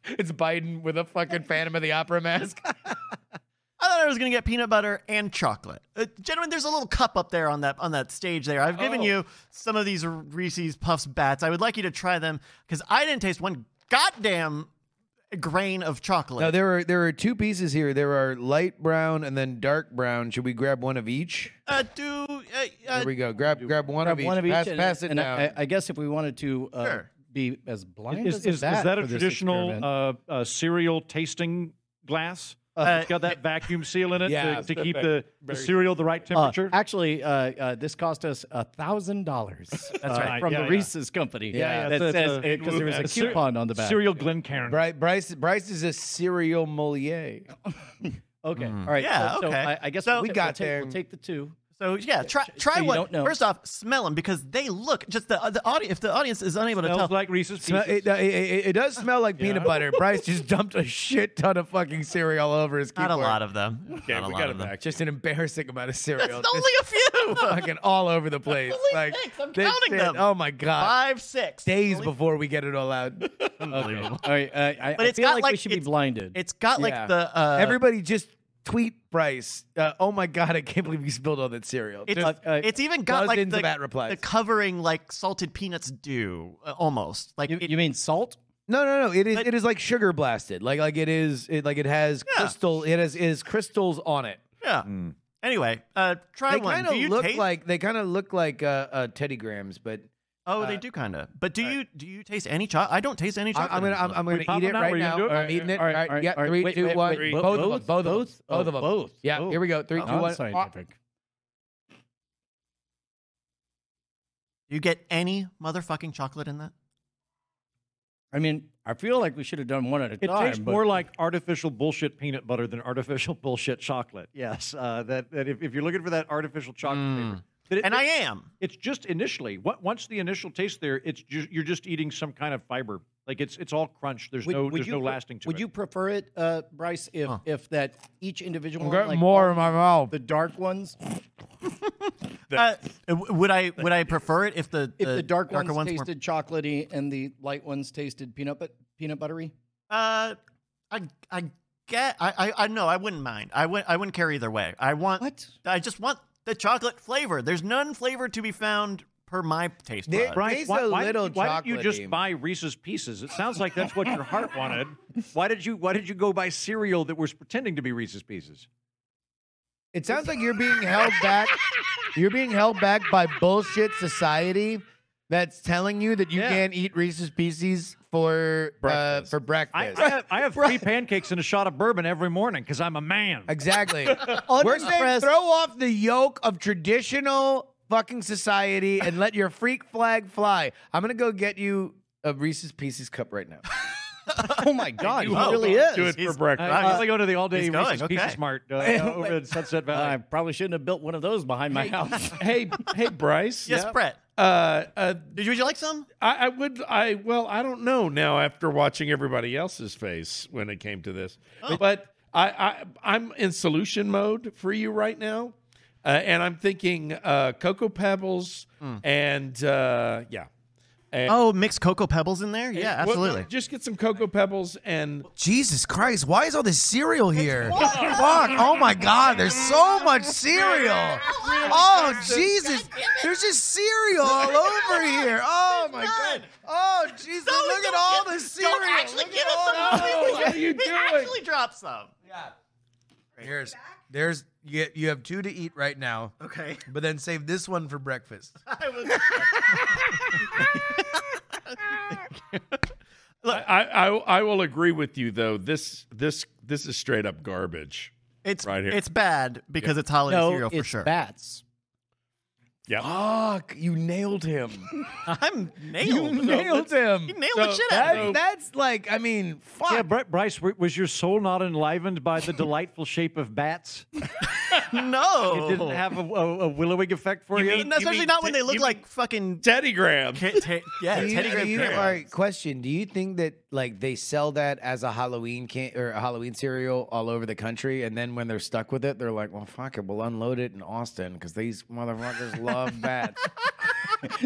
It's Biden with a fucking Phantom of the Opera mask.
I thought I was gonna get peanut butter and chocolate. Uh, gentlemen, there's a little cup up there on that on that stage there. I've given
Oh.
you some of these Reese's Puffs bats. I would like you to try them because I didn't taste one goddamn grain of chocolate.
No, there are there are two pieces here. There are light brown and then dark brown. Should we grab one of each?
uh, do uh, uh,
Here we go. Grab grab one,
Grab
of, each.
one of each.
Pass,
and-
pass it
and
down.
I, I guess if we wanted to uh,
Sure.
be as blind
Is,
as
is, is
bat
that a
for this
traditional
experiment.
uh, uh, cereal tasting glass?
Uh,
it's got that vacuum seal in it
yeah,
to, to keep the, the cereal the right
Uh,
temperature.
actually, uh, uh, this cost us a thousand dollars. That's
right.
from
Yeah,
the
yeah.
Reese's company.
Yeah,
yeah,
that
it's a-
says because there was a
a cer-
coupon on the back.
cereal Glencairn.
Bri- Bryce Bryce is a cereal moliere.
Okay,
Mm.
all right.
Yeah,
so, so
okay.
I, I guess
So-
we'll
We
ta-
got
we'll take,
there.
We'll take the two.
So yeah, try try
so you
one.
don't know.
First off, smell them because they look just the the audience. If the audience is unable to tell,
Smells like Reese's
Smell-
Pieces.
It, it, it- it does smell like peanut
Yeah.
butter. Bryce just dumped a shit ton of fucking cereal all over his
not
keyboard.
a lot of them.
Okay,
not a
we
lot
got
of
it
them.
back.
Just an embarrassing amount of cereal.
It's only
Just
a few.
fucking all over the place.
only
like
six. I'm
this
counting
shit-
them.
Oh my god.
Five, six
Days
Only-
before we get it all out.
Unbelievable.
All right, uh, I,
But
I
it's
feel
got
like, we
like-
should be
it's-
blinded.
It's got like
Yeah.
the uh,
Everybody just tweet Bryce. Uh, oh my god, I can't believe you spilled all that cereal.
It's,
Just-
uh,
it's even got like
dozens
the,
of at replies.
the covering like salted peanuts do uh, almost like
you,
it-
you mean salt?
no, no, no. It is
but-
it is like sugar blasted. Like like it is it like it has
Yeah.
crystal it has it has crystals on it.
yeah.
Hmm.
Anyway, uh, try
They
one.
kind
Do
of
you
look
taste?
like they kind of look like uh, uh, Teddy Grahams, but
oh,
uh,
they do kind of. But do you do you taste any chocolate? I don't taste any
I,
chocolate.
am gonna
in
I'm,
this
I'm
one.
gonna
pop
eat it
them out,
right
we can
now.
do it?
I'm eating it.
All right,
right,
all right,
yeah,
all right.
three,
Wait,
two,
wait,
one.
wait,
both, of them. Both of
both?
them. Both
Oh,
of them.
both.
Yeah,
Oh.
here we go. Three, two, one.
Unscientific.
You get any motherfucking chocolate in that?
I mean, I feel like we should have done one at a
It
time.
tastes
but-
more like artificial bullshit peanut butter than artificial bullshit chocolate. Yes, uh, that, that if, if you're looking for that artificial chocolate
Mm.
flavor, that it-
And
it-
I am.
it's just initially. What once the initial taste there, it's ju- you're just eating some kind of fiber. Like it's it's all crunch. There's no there's
you
no
pre-
lasting to
Would
it.
you prefer it, uh, Bryce, if
Huh.
if that each individual
I'm
one,
getting
like
more
all
in my mouth.
the dark ones,
Uh, w- would I would I prefer it if the,
if the, dark
darker
ones,
ones, were-
tasted chocolatey and the light ones tasted peanut but peanut buttery?
Uh, I I get I I, I no I wouldn't mind. I would I wouldn't care either way. I want
What?
I just want the chocolate flavor. There's none flavor to be found per my taste
There-
bud.
right.
Bryce,
Tastes
why,
a
why did
little
you, why didn't you
chocolatey.
just buy Reese's Pieces? It sounds like that's what your heart wanted. Why did you Why did you go buy cereal that was pretending to be Reese's Pieces?
It sounds like you're being held back. You're being held back by bullshit society that's telling you that you
Yeah.
can't eat Reese's Pieces for
Breakfast.
Uh, for
I,
breakfast.
I have, I have three pancakes and a shot of bourbon every morning because I'm a man.
exactly. We're saying
Unimpressed.
throw off the yoke of traditional fucking society and let your freak flag fly. I'm gonna go get you a Reese's Pieces cup right now.
oh my God, he
hope.
really
Do
is.
it for
He's-
I
breakfast.
I usually go to the all day
he's
Reese's
going, okay.
Pieces Mart uh, uh, over in Sunset
I
Valley.
probably shouldn't have built one of those behind my house.
hey, hey, Bryce.
Yes, Brett.
Uh, uh,
Did you, would you like some?
I, I would. I well, I don't know now after watching everybody else's face when it came to this, but I, I I'm in solution mode for you right now, uh, and I'm thinking uh, cocoa pebbles and uh, yeah, and,
Oh, mixed cocoa pebbles in there? Yeah,
Well,
absolutely.
just get some cocoa pebbles and
Jesus Christ, why is all this cereal here? Fuck, oh my God, there's so much cereal. Oh, Jesus, there's just cereal all over here. Oh my God. Oh, Jesus, look at all the cereal.
Don't actually
Look
give
at all
us some.
Oh, what are you
We
doing?
actually drop some.
the- Here's, there's, you, get- you have two to eat right now,
Okay.
but then save this one for breakfast.
I was,
I, I I will agree with you though. This this this is straight up garbage.
it's
Right here.
it's bad because it's holiday
no,
cereal for
it's
sure.
bats.
Yeah.
Fuck, you nailed him.
I'm nailed.
nailed him.
You nailed
So
the shit out
that-
of
That,
me.
that's like, I mean, fuck.
Yeah, Bri- Bryce, w- was your soul not enlivened by the delightful shape of bats?
no.
It didn't have a, a, a willowing effect for Oh. you.
And especially
mean
not when
te-
they look
you
like fucking.
Teddy Graham.
Te- te- yeah,
Do you-
Teddy
do
Graham.
you-
parents.
all right, question. Do you think that like they sell that as a Halloween can or a Halloween cereal all over the country, and then when they're stuck with it, they're like, "Well, fuck it, we'll unload it in Austin because these motherfuckers love bats."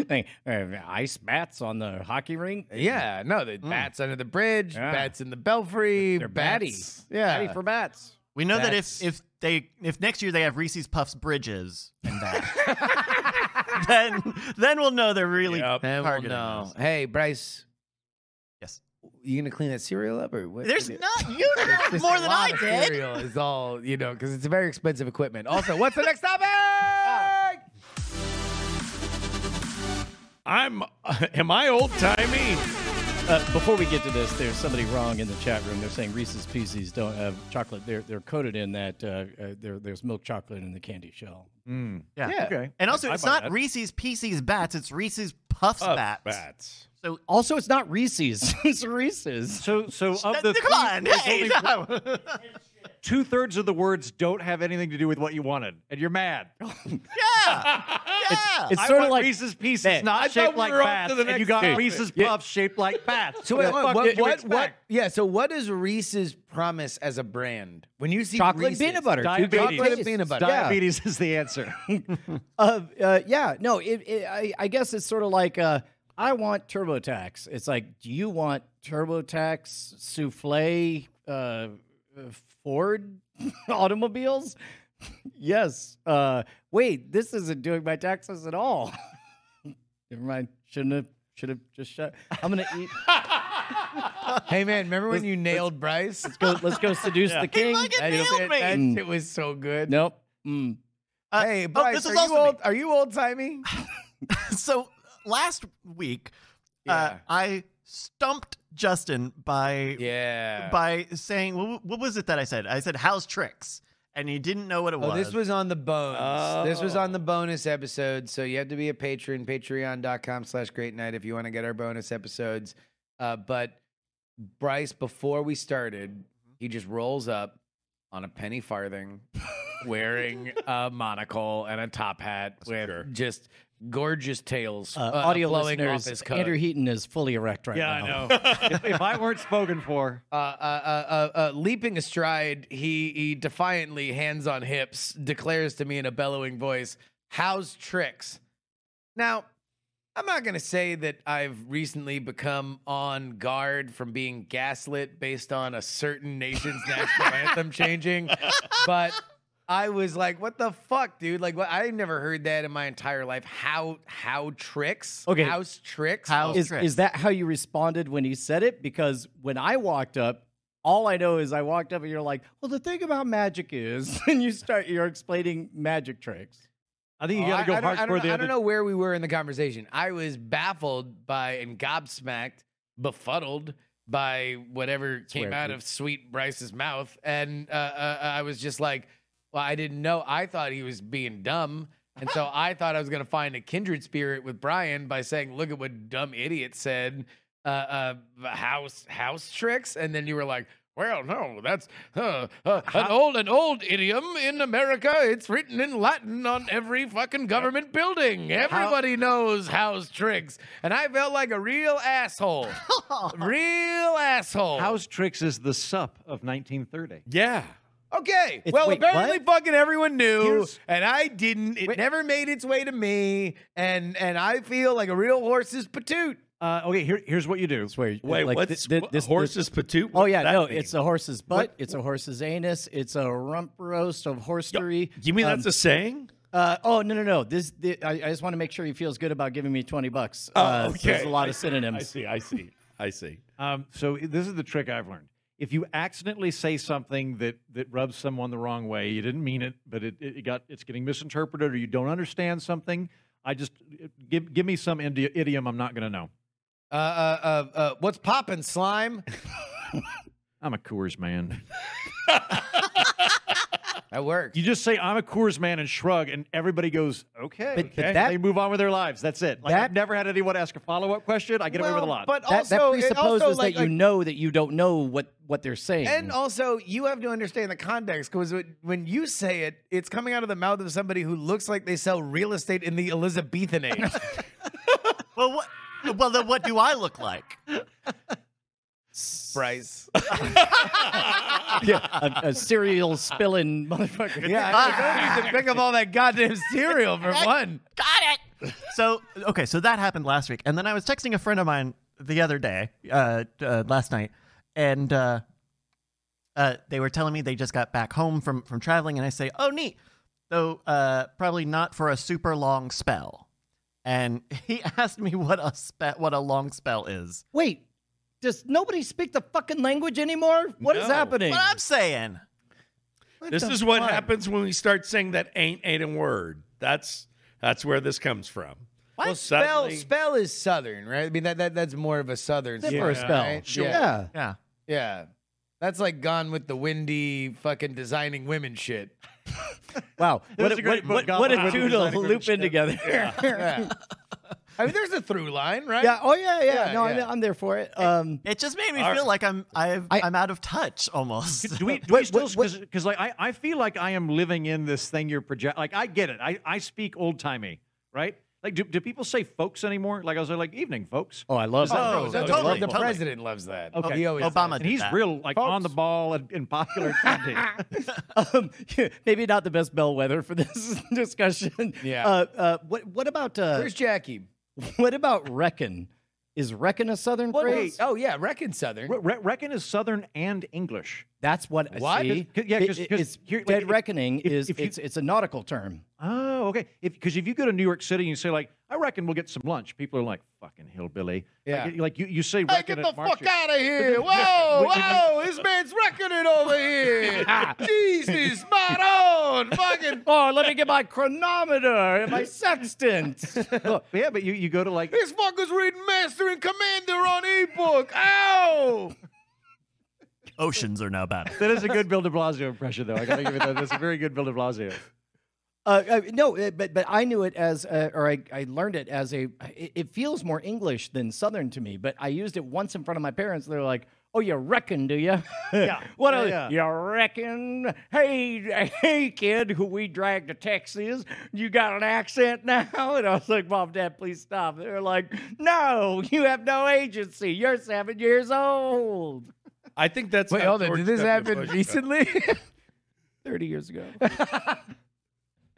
Thing, uh, ice bats on the hockey ring.
Yeah, no, the bats under the bridge,
Mm. Yeah.
bats in the belfry,
They're
bats.
batty.
Yeah,
Ready for bats.
We know that
That's-
if if they if next year they have Reese's Puffs bridges and that, then then we'll know they're really
Yep.
Then we'll
targeting
know.
us.
Hey, Bryce.
Yes.
You gonna clean that cereal up or what?
There's
Is it-
not you know
Just
more
a
than
lot
I
of
did.
Cereal is all you know because it's very expensive equipment. Also, what's the next
Oh.
topic?
I'm. am I old timey?
Uh, before we get to this, there's somebody wrong in the chat room. They're saying Reese's Pieces don't have chocolate. They're they're coated in that. Uh, uh, there, there's milk chocolate in the candy shell.
Mm.
Yeah.
Okay.
And also,
I
it's
buy
not
that.
Reese's PC's bats. It's Reese's Puffs
Puff
bats.
bats.
So
Also, it's not Reese's. it's Reese's.
So, so of
that-
the
come on, hey, no.
two thirds of the words don't have anything to do with what you wanted, and you're mad.
yeah, yeah.
It's
I
sort of
want
like
Reese's Pieces
Man,
not
I thought
shaped
we
like
were on to
bats,
the
and you
next
got
topic.
Reese's
Yeah.
Puffs shaped like bats.
So wait,
the
wait,
fuck
what,
did you
what,
expect?
what- Yeah. So what is Reese's promise as a brand? When you see
chocolate
Reese's-
peanut butter. Two
Diabetes.
chocolate-
chocolate and peanut butter, yeah.
Diabetes is the answer.
Uh, uh, yeah, no, it, it, I, I guess it's sort of like uh, I want TurboTax. It's like, do you want TurboTax souffle uh, uh, Ford automobiles? yes. Uh, wait, this isn't doing my taxes at all. Never mind. Shouldn't have. Should have just shut. I'm gonna eat.
Hey man, remember when you nailed Bryce?
Let's go. Let's go seduce the king.
fucking
I don't-
nailed me.
I-
It was so good.
Nope. Mm.
Uh,
Hey,
oh,
Bryce,
this is
are, you
also me.
old, are you old timey?
so last week, uh,
Yeah.
I stumped Justin by
Yeah.
by saying, "What what was it that I said?" I said, "How's tricks," and he didn't know what it
Oh,
was.
this was on the bonus. This was
Oh.
on the bonus episode. So you have to be a patron, patreon.com slash great night if you want to get our bonus episodes. Uh, but Bryce, before we started,
Mm-hmm.
he just rolls up on a penny farthing wearing a monocle and a top hat with
sure.
just gorgeous tails.
Uh, audio
flowing off
listeners,
his coat.
Andrew Heaton is fully erect right now.
if, if I weren't spoken for,
uh, uh, uh, uh, uh, leaping astride, he, he defiantly, hands on hips, declares to me in a bellowing voice, How's tricks? Now, I'm not going to say that I've recently become on guard from being gaslit based on a certain nation's national anthem changing, but I was like, what the fuck, dude? Like, what? I never heard that in my entire life. How, how tricks?
Okay.
House tricks?
House
is,
tricks.
is that how you responded when he said it? Because when I walked up, all I know is I walked up and you're like, well, the thing about magic is, and you start, you're explaining magic tricks.
I think you
Oh,
got
I-
to go
I, don't-
hard
I
for
don't,
the
know- I
other.
don't know where we were in the conversation. I was baffled by and gobsmacked, befuddled by whatever came
weird,
out
dude.
of sweet Bryce's mouth, and uh, uh, uh, I was just like, "Well, I didn't know. I thought he was being dumb." And so I thought I was going to find a kindred spirit with Brian by saying, "Look at what dumb idiot said, uh, uh, house house tricks," and then you were like, "Well, no, that's uh, uh, an old an old idiom in America. It's written in Latin on every fucking government building. Everybody knows house tricks." And I felt like a real asshole, real asshole.
House tricks is the sup of 1930.
Yeah.
Okay.
It's-
well,
wait,
apparently,
what?
fucking everyone knew,
Here's-
and I didn't. It never made its way to me, and and I feel like a real horse's patoot.
Uh, okay, here, here's what you do.
Where, uh,
Wait,
like,
what's
thi- thi-
what-
this-
horse's patoot?
Oh yeah,
That
no,
mean?
it's a horse's butt, it's a horse's anus, it's a rump roast of horsery.
You mean
Um,
that's a saying?
Uh, oh no no no! This the, I, I just want to make sure he feels good about giving me twenty bucks.
Oh,
uh, There's
okay.
a lot
I
of
see,
synonyms.
I see. I see. I see.
Um, so i- this is the trick I've learned. If you accidentally say something that that rubs someone the wrong way, you didn't mean it, but it, it it got it's getting misinterpreted, or you don't understand something. I just give give me some idi- idiom I'm not going to know.
Uh, uh, uh, uh, what's poppin', slime?
I'm a Coors man.
I That works.
You just say I'm a Coors man and shrug, and everybody goes okay.
but that-
they move on with their lives. That's it. Like I've never had anyone ask a follow up question. I get away with a lot.
But
That, that
also, it
presupposes
also like,
that you know that you don't know what, what they're saying.
And also, you have to understand the context because when you say it, it's coming out of the mouth of somebody who looks like they sell real estate in the Elizabethan age.
Well, what? Well, then what do I look like?
Bryce.
yeah, a, a cereal spilling motherfucker.
Yeah, I don't need to pick up all that goddamn cereal for one.
So okay, so that happened last week, and then I was texting a friend of mine the other day, uh, uh, last night, and uh, uh, they were telling me they just got back home from from traveling, and I say, "Oh, neat," though uh, probably not for a super long spell. And he asked me what a spe- what a long spell is.
Wait, does nobody speak the fucking language anymore? What is
No.
happening?
What I'm saying,
this is what happens when we start saying that ain't ain't a word. That's that's where this comes from.
Well, spell
Suddenly-
spell is southern, right? I mean that, that that's more of a southern
Except for a
spell,
spell,
right?
sure.
Yeah.
yeah.
yeah. That's like gone with the windy fucking designing women shit.
Wow, what
is
a,
a great
what, what,
book,
what a
Goblin
two
Women
to
Designing Women
loop in
Shit.
together. Yeah.
Yeah. I mean there's a through line, right?
Oh yeah. Yeah.
Yeah,
no,
yeah.
I'm, I'm there for it. Um.
It just made me
All
feel
right.
like I'm I've,
I-
I'm out of touch almost.
do we, do we
What-
still
what- what-
because like I, I feel like I am living in this thing you're project like I get it I, I speak old timey right like do, do people say folks anymore like I was like evening folks
Oh, I love
Oh,
that.
no,
the
totally,
the
totally.
president loves that.
Okay.
He always
Obama
and he's
that.
real like on the ball and, and popular content
Um, maybe not the best bellwether for this discussion.
Yeah.
Uh, uh, what What about uh,
Where's Jackie?
What about reckon? Is reckon a southern phrase?
Oh yeah, reckon Southern.
Re- re- reckon is Southern and English
That's what.
What?
See?
'Cause- yeah, 'cause-
It-
'cause
it's
here- like,
dead
if-
reckoning.
if-
is
if you-
it's it's a nautical term.
oh okay because if, you go to New York City and you say like I reckon we'll get some lunch people are like fucking hillbilly
Yeah.
like, like you you say
Hey,
reckon
get
at
the
March-
fuck out of here! Whoa, whoa! This man's reckoning over here. Jesus, spot on, fucking.
Oh, let me get my chronometer and my sextant.
yeah but you, you go to like
This fucker's reading Master and Commander on ebook. Ow!
Oceans are now bad.
that is a good Bill De Blasio impression though I gotta give you that that's a very good Bill De Blasio
Uh, uh, no, uh, but but I knew it as, uh, or I, I learned it as a. It, it feels more English than Southern to me. But I used it once in front of my parents. They're like, "Oh, you reckon, do you? Yeah. what
Yeah,
are
yeah.
you reckon? Hey, hey, kid, who we dragged to Texas? You got an accent now?" And I was like, "Mom, Dad, please stop." They're like, "No, you have no agency. You're seven years old."
I think that's
Wait,
how
hold on.
George
Did this
W.
happen
Bush felt.
recently?
Thirty years ago.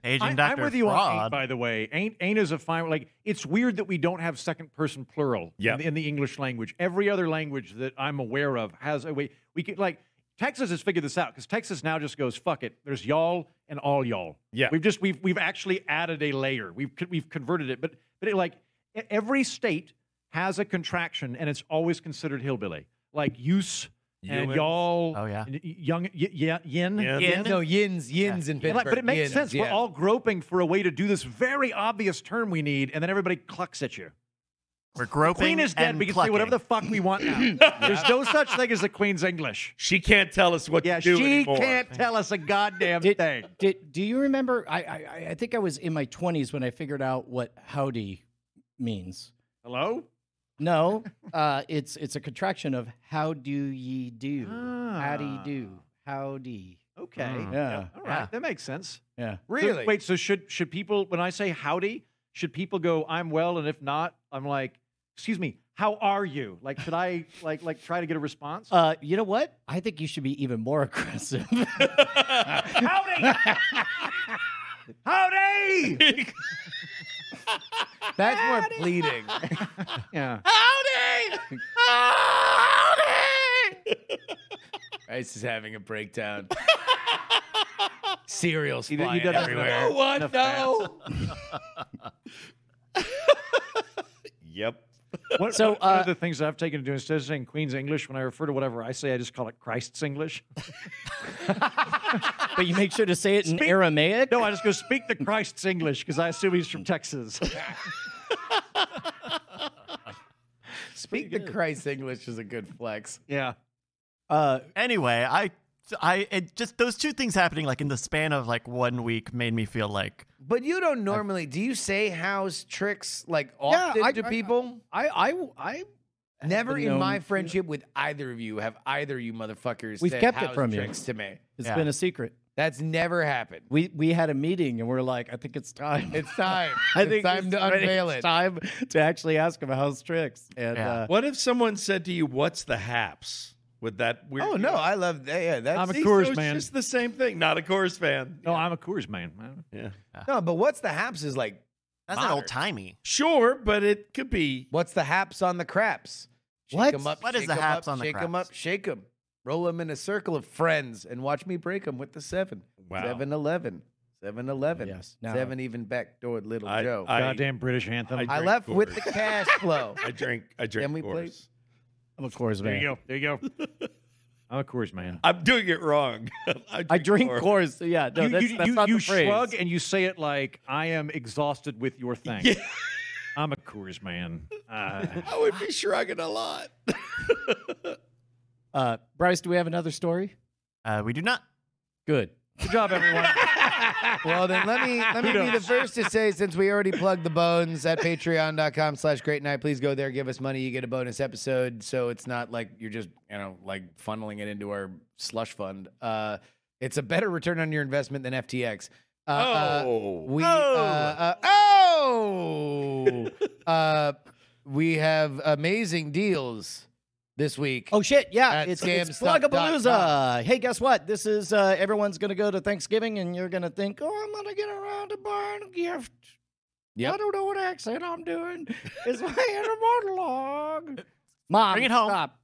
Agent
I,
Doctor
am with you on ain't,
Fraud.
by the way. Ain't ain't is a fine like it's weird that we don't have second person plural
Yeah.
in, the, in the English language. Every other language that I'm aware of has a way we could like Texas has figured this out because Texas now just goes fuck it. There's y'all and all y'all.
Yeah.
we've just we've we've actually added a layer. We've co- we've converted it, but but it, like e- every state has a contraction and it's always considered hillbilly like use and
Ewing.
y'all.
Oh, yeah.
and y- young y- yeah yin.
Yeah.
Yin?
no, yins, yins in
And
Pittsburgh.
like- but it makes
Yins,
sense. We're
yeah.
all groping for a way to do this very obvious term we need, and then everybody clucks at you.
We're groping.
Queen is dead.
and
We can say whatever the
clucking.
fuck we want now. There's no such thing as the Queen's English.
She can't tell us what
Yeah,
to do
she
anymore.
can't tell us a goddamn
Did-
thing.
Did, do you remember? I, I I- I think I was in my twenties when I figured out what howdy means.
Hello?
No, uh, it's it's a contraction of how do ye do? How do you
Ah.
do? Howdy.
Okay.
Mm.
Hmm. Yeah.
All right.
Yeah.
That makes sense.
Yeah.
So-
really.
wait, so should should people when I say howdy, should people go, I'm well, and if not, I'm like, excuse me, how are you? Like, should I like like try to get a response?
Uh, you know what? I think you should be even more aggressive.
howdy!
That's more pleading.
yeah.
Bryce is having a breakdown. Cereals
He d- he
flying
doesn't know.
everywhere.
What?
Enough
No. yep.
What,
So,
so, one
uh,
of the things that I've taken to do instead of saying Queen's English, when I refer to whatever I say, I just call it Christ's English.
but you make sure to say it in Aramaic.
No, I just go speak the Christ's English because I assume he's from Texas.
Speak the Christ English is a good flex.
yeah.
Uh,
Anyway, I so I it just those two things happening like in the span of like one week made me feel like
But you don't normally. do you say house tricks like often
I-
to
I-
people?
I, I, I
Never in
known
my
to.
friendship with either of you have either you motherfuckers
We've
said
kept it
house
from you.
tricks to me.
It's
Yeah.
been a secret.
That's never happened.
We we had a meeting and we're like, I think it's time.
It's time.
I
it's
think
time
it's
to
ready.
unveil it.
It's time to actually ask him how's tricks. And
Yeah.
uh,
What if someone said to you, "What's the haps?" With that weird.
Oh no, I love that. Yeah, that's
I'm a
See,
Coors
so it's
man.
just the same thing. Not a Coors fan.
No, I'm a Coors man. man.
Yeah.
no. But what's the haps is like.
that's
Modern.
not old timey.
Sure, but it could be.
What's the haps on the craps? Shake
What?
'em up,
What is
shake
the
'em
haps
up,
on the
shake 'em
craps?
up, shake 'em. Roll 'em in a circle of friends and watch me break 'em with the seven.
Wow.
Seven eleven. Seven eleven.
Yes. Now-
Seven even backdoored little
I,
Joe. I,
I,
Goddamn British anthem.
I- drink
left with
Coors.
the cash flow.
I drink. I drink.
Can we play-
Coors.
I'm a Coors
there
man.
you go. There you go. I'm a Coors man.
I'm doing it wrong. I drink,
I drink
Coors.
Coors. so yeah, no,
you
that's,
you,
that's
you,
not
you
the phrase.
shrug and you say it like I am exhausted with your thanks.
Yeah.
I'm a Coors man. Uh,
I would be shrugging a lot.
Uh, Bryce, do we have another story?
Uh, we do not.
Good.
good job, everyone.
well then let me let me be the first to say since we already plugged the bones at patreon.com slash great night please go there give us money you get a bonus episode so it's not like you're just you know like funneling it into our slush fund uh it's a better return on your investment than ftx uh, uh,
oh,
we
Oh.
uh, uh, oh uh, we have amazing deals this week
Oh shit! Yeah,
At
it's, it's
scamstop.com.
Plugapalooza. Hey, guess what? This is uh, everyone's gonna go to Thanksgiving, and you're gonna think, "Oh, I'm gonna get around to buying a gift."
Yep.
I don't know what accent I'm doing. It's my inner monologue. Mom,
Bring it home.
Stop.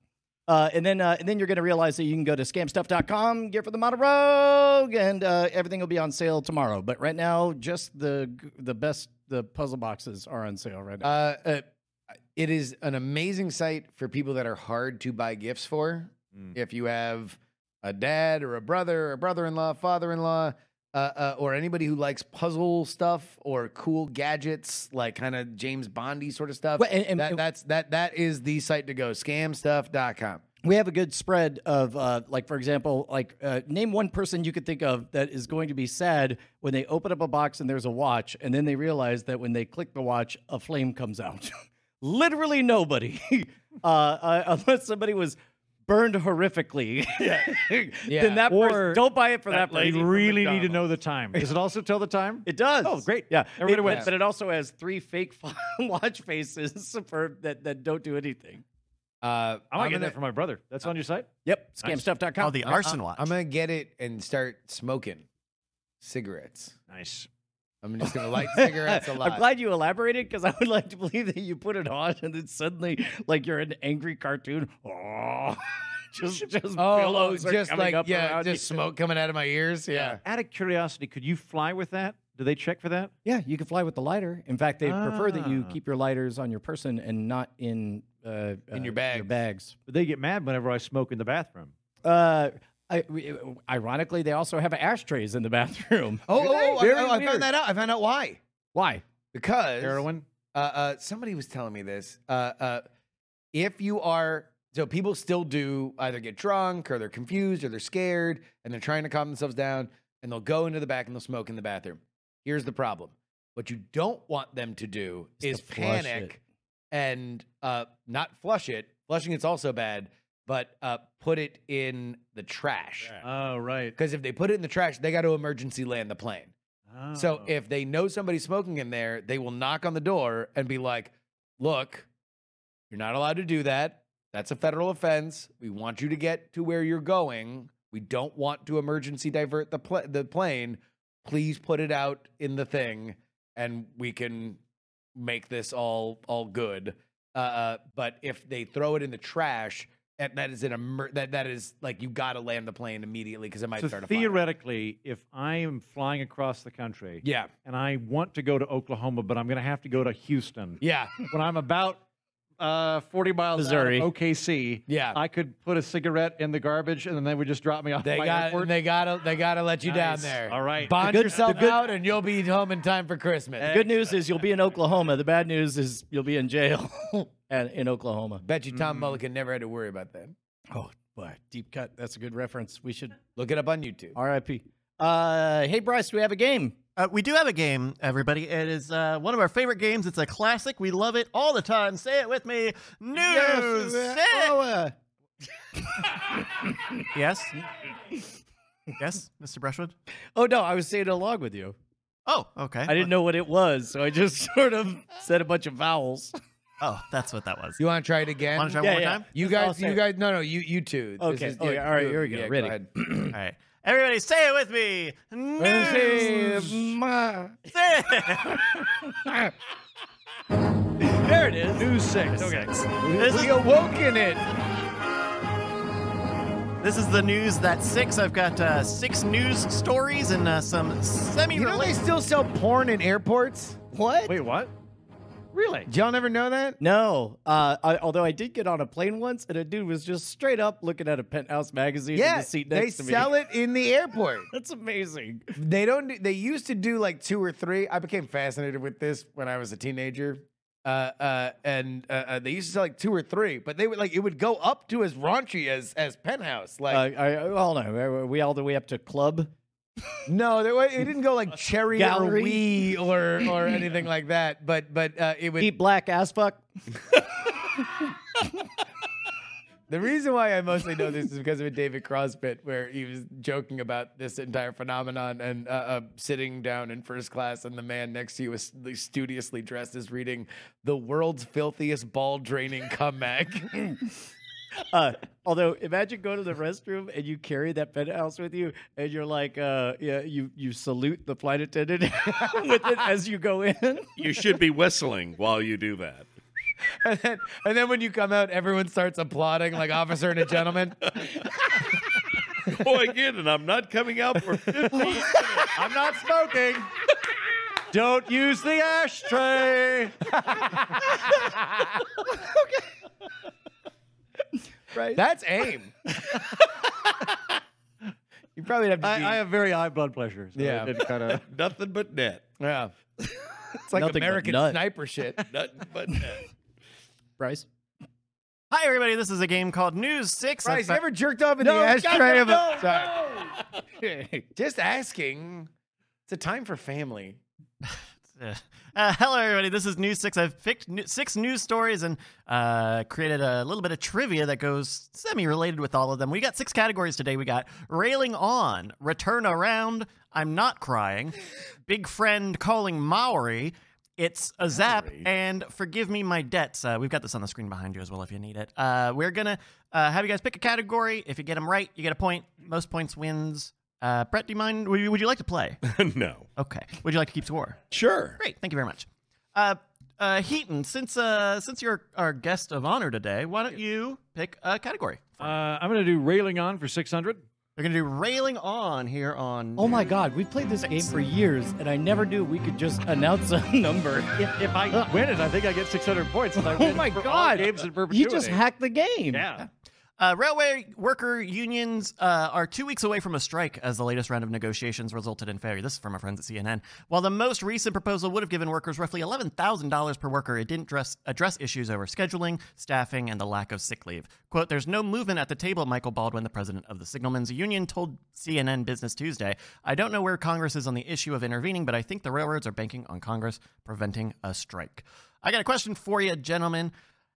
Uh, and then, uh, and then you're gonna realize that you can go to scamstuff.com, get for the model rogue, and uh, everything will be on sale tomorrow. But right now, just the the best the puzzle boxes are on sale right now.
Uh, uh, it is an amazing site for people that are hard to buy gifts for.
Mm.
If you have a dad or a brother, or a brother-in-law, father-in-law, uh, uh, or anybody who likes puzzle stuff or cool gadgets, like kind of James Bondy sort of stuff.
Well, and- and-
that, that's that that is the site to go. Scamstuff.com.
we have a good spread of uh, like for example like uh, name one person you could think of that is going to be sad when they open up a box and there's a watch and then they realize that when they click the watch a flame comes out literally nobody uh, uh, unless somebody was burned horrifically yeah.
Yeah.
then that
Or
person don't buy it for that,
that
person.
lady really need to know the time. Does it also tell the time?
It does.
Oh, great.
Yeah,
Everybody
It-
wins.
But it also has three fake watch faces for that that don't do anything.
Uh,
I
I'm
want to get
gonna-
that for my brother. That's on your site.
Yep,
Nice.
scamstuff.com.
Oh, the arson watch.
I'm gonna get it and start smoking cigarettes.
Nice.
I'm just gonna light cigarettes a lot.
I'm glad you elaborated because I would like to believe that you put it on and then suddenly, like you're an angry cartoon. Oh, just just billows are
Oh, just
coming
like
up
yeah,
around
just
you.
smoke coming out of my ears. Yeah.
Out of curiosity, could you fly with that? Do they check for that?
Yeah, you can fly with the lighter. In fact, they prefer that you
Ah.
keep your lighters on your person and not in uh,
In
uh,
your bags.
Your bags.
But they get mad whenever I smoke in the bathroom.
Uh, I, we- ironically, they also have ashtrays in the bathroom.
Oh, oh, oh, I-
Very
I, I
weird.
found that out. I found out why.
Why?
Because
Heroin.
Uh, uh, somebody was telling me this. Uh, uh, if you are so, people still do either get drunk or they're confused or they're scared and they're trying to calm themselves down and they'll go into the back and they'll smoke in the bathroom. Here's the problem: what you don't want them to do
Is
is
to flush
panic
it.
and uh, not flush it. Flushing it's also bad, but uh, put it in the trash.
Oh, right.
Because if they put it in the trash, they got to emergency land the plane. So
Oh.
if they know somebody's smoking in there, they will knock on the door and be like, look, you're not allowed to do that. That's a federal offense. We want you to get to where you're going. We don't want to emergency divert the, pl- the plane. Please put it out in the thing and we can make this all all good. Uh, Uh, but if they throw it in the trash, and that is an emer- that that is like you got to land the plane immediately because it might
So
start a fire.
theoretically, if I am flying across the country
Yeah,
and I want to go to Oklahoma, but I'm going to have to go to Houston
yeah,
when I'm about uh, 40 miles
Missouri.
out of OKC,
yeah.
I could put a cigarette in the garbage and then they would just drop me off. at
They
my
got
airport.
they gotta they gotta let you down
Nice.
there.
All right.
Bond
The good-
yourself
the good-
out and you'll be home in time for Christmas.
Eh,
The good news is you'll be in Oklahoma. The bad news is you'll be in jail and in Oklahoma.
mm.
Bet you Tom Mulligan never had to worry about that.
Oh Boy, deep cut. That's a good reference. We should
Look it up on YouTube.
RIP. Uh, hey, Bryce, do we have a game?
Uh, we do have a game, everybody. It is uh, one of our favorite games. It's a classic. We love it all the time. Say it with me. News. Yes.
Oh, uh,
Yes. yes, Mr. Brushwood.
oh, no, I was saying along with you.
Oh, okay.
I didn't know what it was, so I just sort of said a bunch of vowels.
Oh, that's what that was.
You want to try it again?
Want to try
Yeah,
one more
yeah.
time?
You
I'll
guys,
say
you
it.
guys, no, no, you, you two. This
Okay,
is-
okay,
yeah,
all right,
you-
here we go,
yeah,
ready.
ahead.
All right. Everybody, say it with me. News. Say it.
There it is.
News six.
Okay. This
We
is,
awoken it.
this is the news that six. I've got uh, six news stories and uh, some
You know they
semi-related.
still sell porn in airports?
What?
Wait, what? Really?
Did y'all never know that?
No. Uh, I, although I did get on a plane once, and a dude was just straight up looking at a penthouse magazine in
Yeah,
the seat
they
next to me.
sell it in the airport.
That's amazing.
They don't. Do, they used to do like two or three. I became fascinated with this when I was a teenager. Uh, uh, and uh, uh, they used to sell like two or three, but they would like it would go up to as raunchy as as penthouse.
Uh,
Like
I, I, hold on. Are we all the way up to club?
no, there, wa- it didn't go like cherry
gallery?
or wee or or anything like that. But but uh, it would.
Deep black ass fuck?
The reason why I mostly know this is because of a David Cross bit where he was joking about this entire phenomenon and uh, uh, sitting down in first class, and the man next to you is studiously dressed as reading "The World's Filthiest Ball Draining Comeback."
Uh, although, imagine going to the restroom and you carry that penthouse with you, and you're like, uh, yeah, you you salute the flight attendant with it as you go in.
You should be whistling while you do that.
and, then, and then when you come out, everyone starts applauding like officer and a gentleman.
Boy, again, and I'm not coming out for 15 minutes.
I'm not smoking.
Don't use the ashtray.
That's aim. you probably have to. be-
I, I have very high blood pressure. So
Yeah.
yeah. Kind of.
Nothing but net.
yeah. It's like
Nothing but
American
nut.
sniper shit.
Nothing but net.
Bryce,
Hi, everybody. This is a game called News Six. I've
Bryce, you
got-
ever jerked off in the ashtray of a? Sorry. Just asking. It's a time for family.
Uh, uh, hello, everybody. This is News Six. I've picked new- six news stories and uh, created a little bit of trivia that goes semi-related with all of them. We got six categories today. We got railing on, return around, I'm not crying, big friend calling Maori. It's a zap and forgive me my debts. Uh, we've got this on the screen behind you as well if you need it. Uh, we're gonna uh, have you guys pick a category. If you get them right, you get a point. Most points wins. Uh, Brett, do you mind? Would you, would you like to play?
no.
Okay. Would you like to keep score?
Sure.
Great, thank you very much. Uh, uh, Heaton, since uh, since you're our guest of honor today, why don't you pick a category?
Uh, I'm going to do railing on for 600.
We're gonna do railing on here on.
oh my God, we played this game for years, and I never knew we could just announce a number.
If, if I win it, I think I get 600 points. and I win
Oh my
for all
God.
Games in perpetuity.
You just hacked the game.
Yeah.
Uh, railway worker unions uh, are two weeks away from a strike as the latest round of negotiations resulted in failure. This is from our friends at CNN. While the most recent proposal would have given workers roughly $11,000 per worker, it didn't address, address issues over scheduling, staffing, and the lack of sick leave. Quote, there's no movement at the table, Michael Baldwin, the president of the Signalmen's Union, told CNN Business Tuesday. I don't know where Congress is on the issue of intervening, but I think the railroads are banking on Congress preventing a strike. I got a question for you, gentlemen.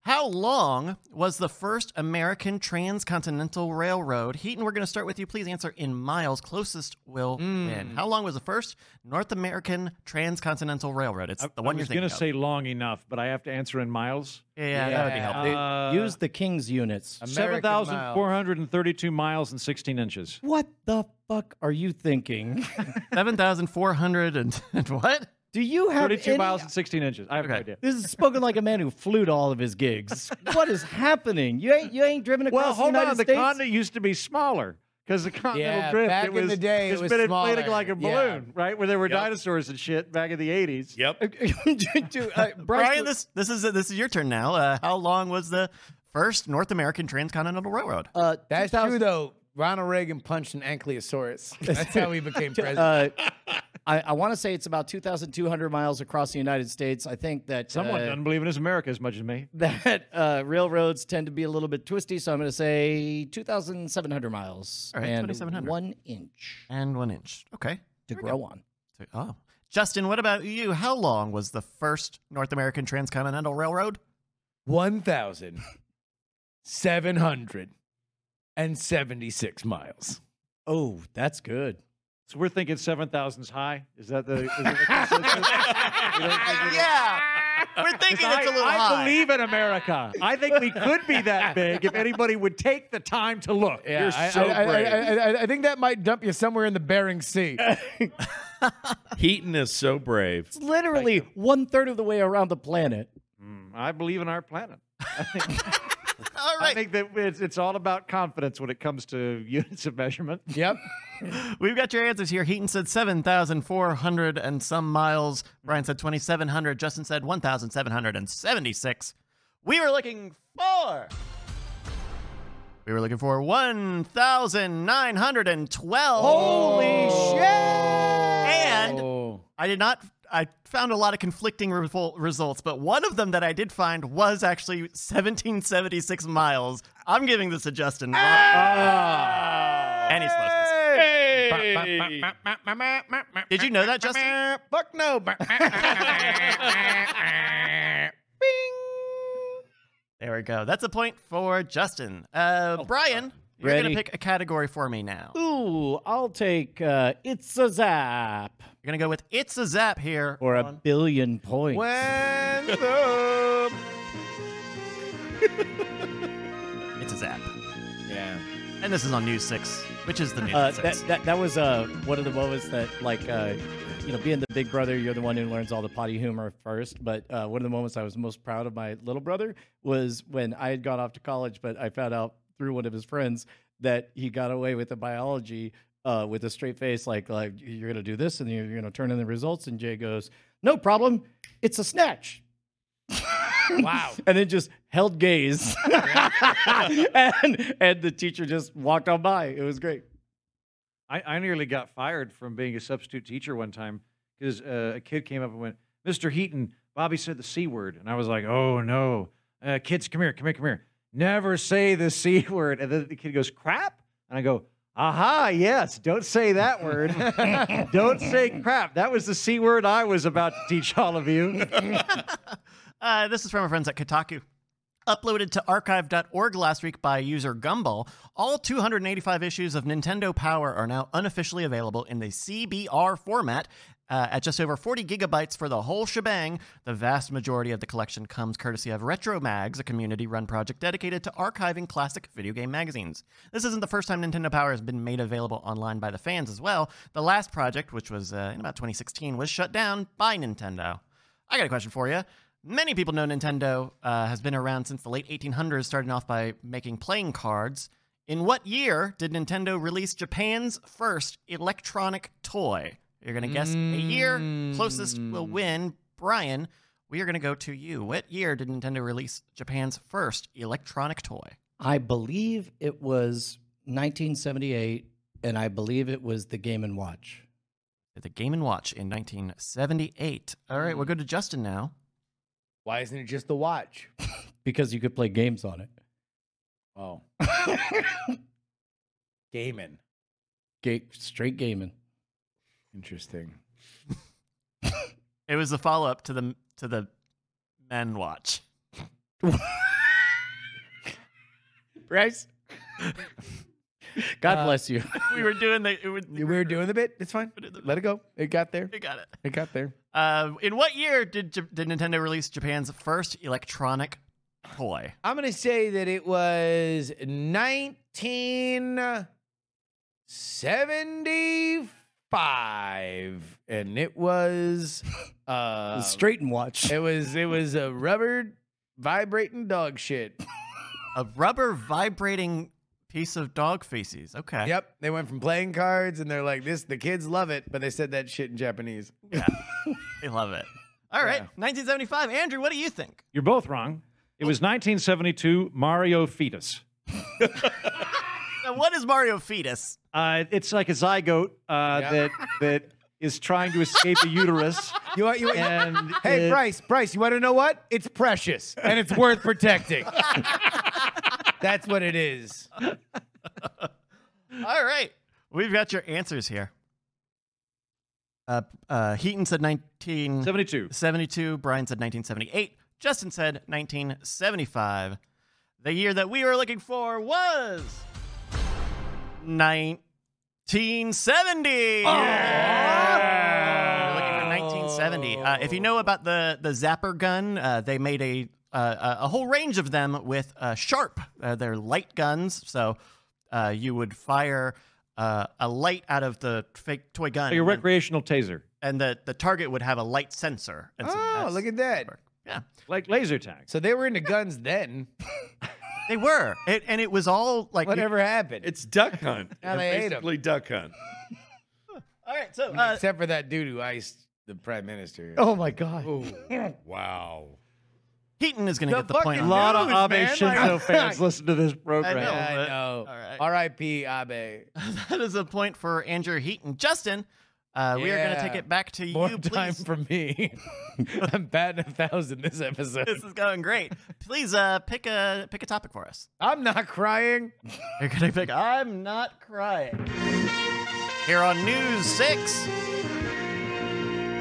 How long was the first American transcontinental railroad? Heaton, we're going to start with you. Please answer in miles. Closest will
Mm.
win. How long was the first North American transcontinental railroad? It's the one
I
you're
was
thinking
gonna
of.
say long enough, but I have to answer in miles.
yeah, that would be
Yeah.
helpful.
Uh,
Use the king's units.
seven
American miles.
thousand four hundred and thirty-two miles and sixteen inches.
What the fuck are you thinking?
uh,
Seven thousand four hundred and and what?
Do you have
Thirty-two
any-
miles and sixteen inches. I have no
Okay.
idea.
This is spoken like a man who flew to all of his gigs. what is happening? You ain't you ain't driven across
Well, hold
the United
on. The
States.
continent used to be smaller because the continental
Yeah,
drift.
back
it
in
was,
the day, it
it's
was
been inflating
smaller.
like a
Yeah.
balloon, right? Where there were
Yep.
dinosaurs and shit back in the eighties.
Yep.
Do- uh, Bryce,
Brian, this this is this is your turn now. Uh, how long was the first North American transcontinental railroad?
uh,
That's true though. Ronald Reagan punched an ankylosaurus. That's how he became president.
uh, I, I want to say it's about 2,200 miles across the United States. I think that
Someone
uh,
doesn't believe in his America as much as me.
that uh, railroads tend to be a little bit twisty, so I'm going to say 2,700 miles
All right,
and
2,700.
one inch
And one inch. Okay.
to grow on.
So- Oh. Justin, what about you? How long was the first North American transcontinental railroad?
1,776 miles.
Oh, that's good.
So we're thinking 7,000's high. Is that the. Is that the
yeah. We're thinking it's a little
Uh, I
high.
believe in America. I think we could be that big if anybody would take the time to look.
Yeah,
You're
I,
so
I- I-
brave.
I- I- I think that might dump you somewhere in the Bering Sea.
Heaton is so brave.
It's literally one third of the way around the planet.
Mm, I believe in our planet.
All
I
right.
think that it's, it's all about confidence when it comes to units of measurement.
yep.
We've got your answers here. Heaton said 7,400 and some miles. Brian said 2,700. Justin said 1,776. We were looking for. We were looking for 1,912. Holy shit! And I did not. I found a lot of conflicting revol- results, but one of them that I did find was actually 1776 miles. I'm giving this to Justin. And he's close. Did you know that, Justin?
Fuck no.
There we go. That's a point for Justin. Uh, Brian, you're
Oh, Ready?
gonna pick a category for me now.
Ooh, I'll take uh, it's a zap
You're gonna go with "It's a Zap" here.
or a
on-
billion points.
"It's a Zap,"
yeah.
and this is on News Six, which is the news.
Uh,
at
that,
six.
that that was uh, one of the moments that like uh, you know being the big brother you're the one who learns all the potty humor first but uh, one of the moments i was most proud of my little brother was when i had gone off to college but i found out through one of his friends that he got away with the biology uh, with a straight face like like you're gonna do this and you're gonna turn in the results and jay goes no problem it's a snatch
Wow.
and then just held gaze and and the teacher just walked on by it was great
I, I nearly got fired from being a substitute teacher one time because uh, a kid came up and went, Mr. Heaton, Bobby said the C word. And I was like, oh no. Uh, kids, come here, come here, come here. Never say the C word. And then the kid goes, crap. And I go, aha, yes, don't say that word. don't say crap. That was the C word I was about to teach all of you.
Uh, this is from our friends at Kotaku. Uploaded to archive.org last week by user Gumball, all 285 issues of Nintendo Power are now unofficially available in the CBR format. Uh, at just over 40 gigabytes for the whole shebang, the vast majority of the collection comes courtesy of RetroMags, a community run project dedicated to archiving classic video game magazines. This isn't the first time Nintendo Power has been made available online by the fans as well. The last project, which was uh, in about 2016, was shut down by Nintendo. I got a question for you. Many people know Nintendo uh, has been around since the late 1800s, starting off by making playing cards. In what year did Nintendo release Japan's first electronic toy? You're going to guess a year. Closest will win. Brian, we are going to go to you. What year did Nintendo release Japan's first electronic toy?
I believe it was 1978, and I believe it was the Game and Watch.
The Game & Watch in 1978. All right, we'll go to Justin now.
Why isn't it just the watch?
Because you could play games on it.
Oh. Gaming.
Ga- straight gaming.
Interesting.
It was the follow-up to the to the Men Watch.
Bryce? God
Uh,
bless you.
We were doing the... It was,
We were doing the bit. It's fine. Let it go. It got there.
we got it.
It got there.
Uh, in what year did J- did Nintendo release Japan's first electronic toy?
I'm going to say that it was 1975 and it was uh
straight and watch.
it was it was a rubber vibrating dog shit.
A rubber vibrating piece of dog feces. Okay.
Yep, they went from playing cards and they're like this the kids love it, but they said that shit in Japanese.
They love it. All right. 1975. Andrew, what do you think?
You're both wrong. It was 1972 Mario Fetus.
Now, what is Mario Fetus?
Uh, it's like a zygote uh,
Yeah.
that that is trying to escape a uterus.
You want you?
And
hey,
it-
Bryce, Bryce, you want to know what? It's precious and it's worth protecting. That's what it is.
All right. We've got your answers here. Uh, uh, Heaton said 1972.
72.
Brian said 1978. Justin said 1975. The year that we were looking for was 1970. We're looking for 1970. Uh, if you know about the the Zapper gun, uh, they made a uh, a a whole range of them with uh, sharp. Uh, they're light guns, so uh, you would fire uh, a light out of the fake toy gun,
Like a recreational taser,
and the the target would have a light sensor. And so
Oh,
that's-
look at that.
yeah,
like laser tag.
So they were into guns then.
they were, it, and it was all like
Whatever happened,
It's duck hunt.
Now they ate 'em.
basically duck hunt.
All right, so uh,
except for that dude who iced the prime minister.
Oh my God.
Wow.
Heaton is going to
The
get the
fucking
point. on
A
that.
lot
News,
of Abe
man, like-
Shinzo fans listen to this program.
I know.
I
but-
know.
all right.
R.I.P. Abe.
That is a point for Andrew Heaton. Justin, uh, we are going to
Yeah.
take it back to
More
you, please.
time for me. I'm batting a thousand this episode.
this is going great. Please uh, pick a pick a topic for us.
I'm not crying.
You're going to pick. I'm not crying. Here on News Six,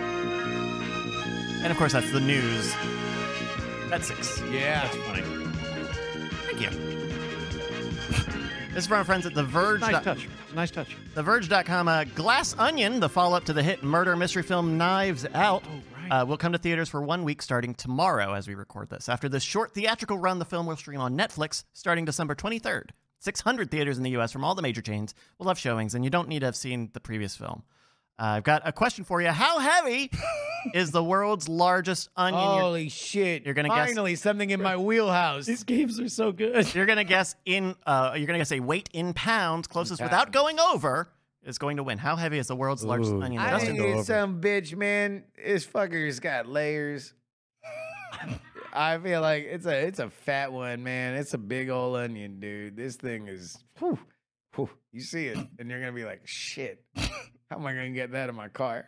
and of course that's the news. That's six.
Yeah.
Funny. Thank you. This is from our friends at The Verge.
Nice
dot-
touch. Nice touch.
TheVerge.com. Uh, Glass Onion, the follow up to the hit murder mystery film Knives Out,
Oh,
uh, will come to theaters for one week starting tomorrow as we record this. After this short theatrical run, the film will stream on Netflix starting December 23rd. 600 theaters in the U.S. from all the major chains will have showings, and you don't need to have seen the previous film. Uh, I've got a question for you. How heavy is the world's largest onion?
Oh,
You're-
Holy shit.
you're gonna guess-
Finally, something in my wheelhouse.
These games are so good.
You're gonna guess in. Uh, you're gonna guess a weight in pounds. Closest without going over is going to win. How heavy is the world's largest
Ooh,
onion?
I
Justin?
think it's some bitch, man. This fucker's got layers. I feel like it's a it's a fat one, man. It's a big old onion, dude. This thing is whew, whew. you see it, and you're gonna be like, shit, how am I gonna get that in my car?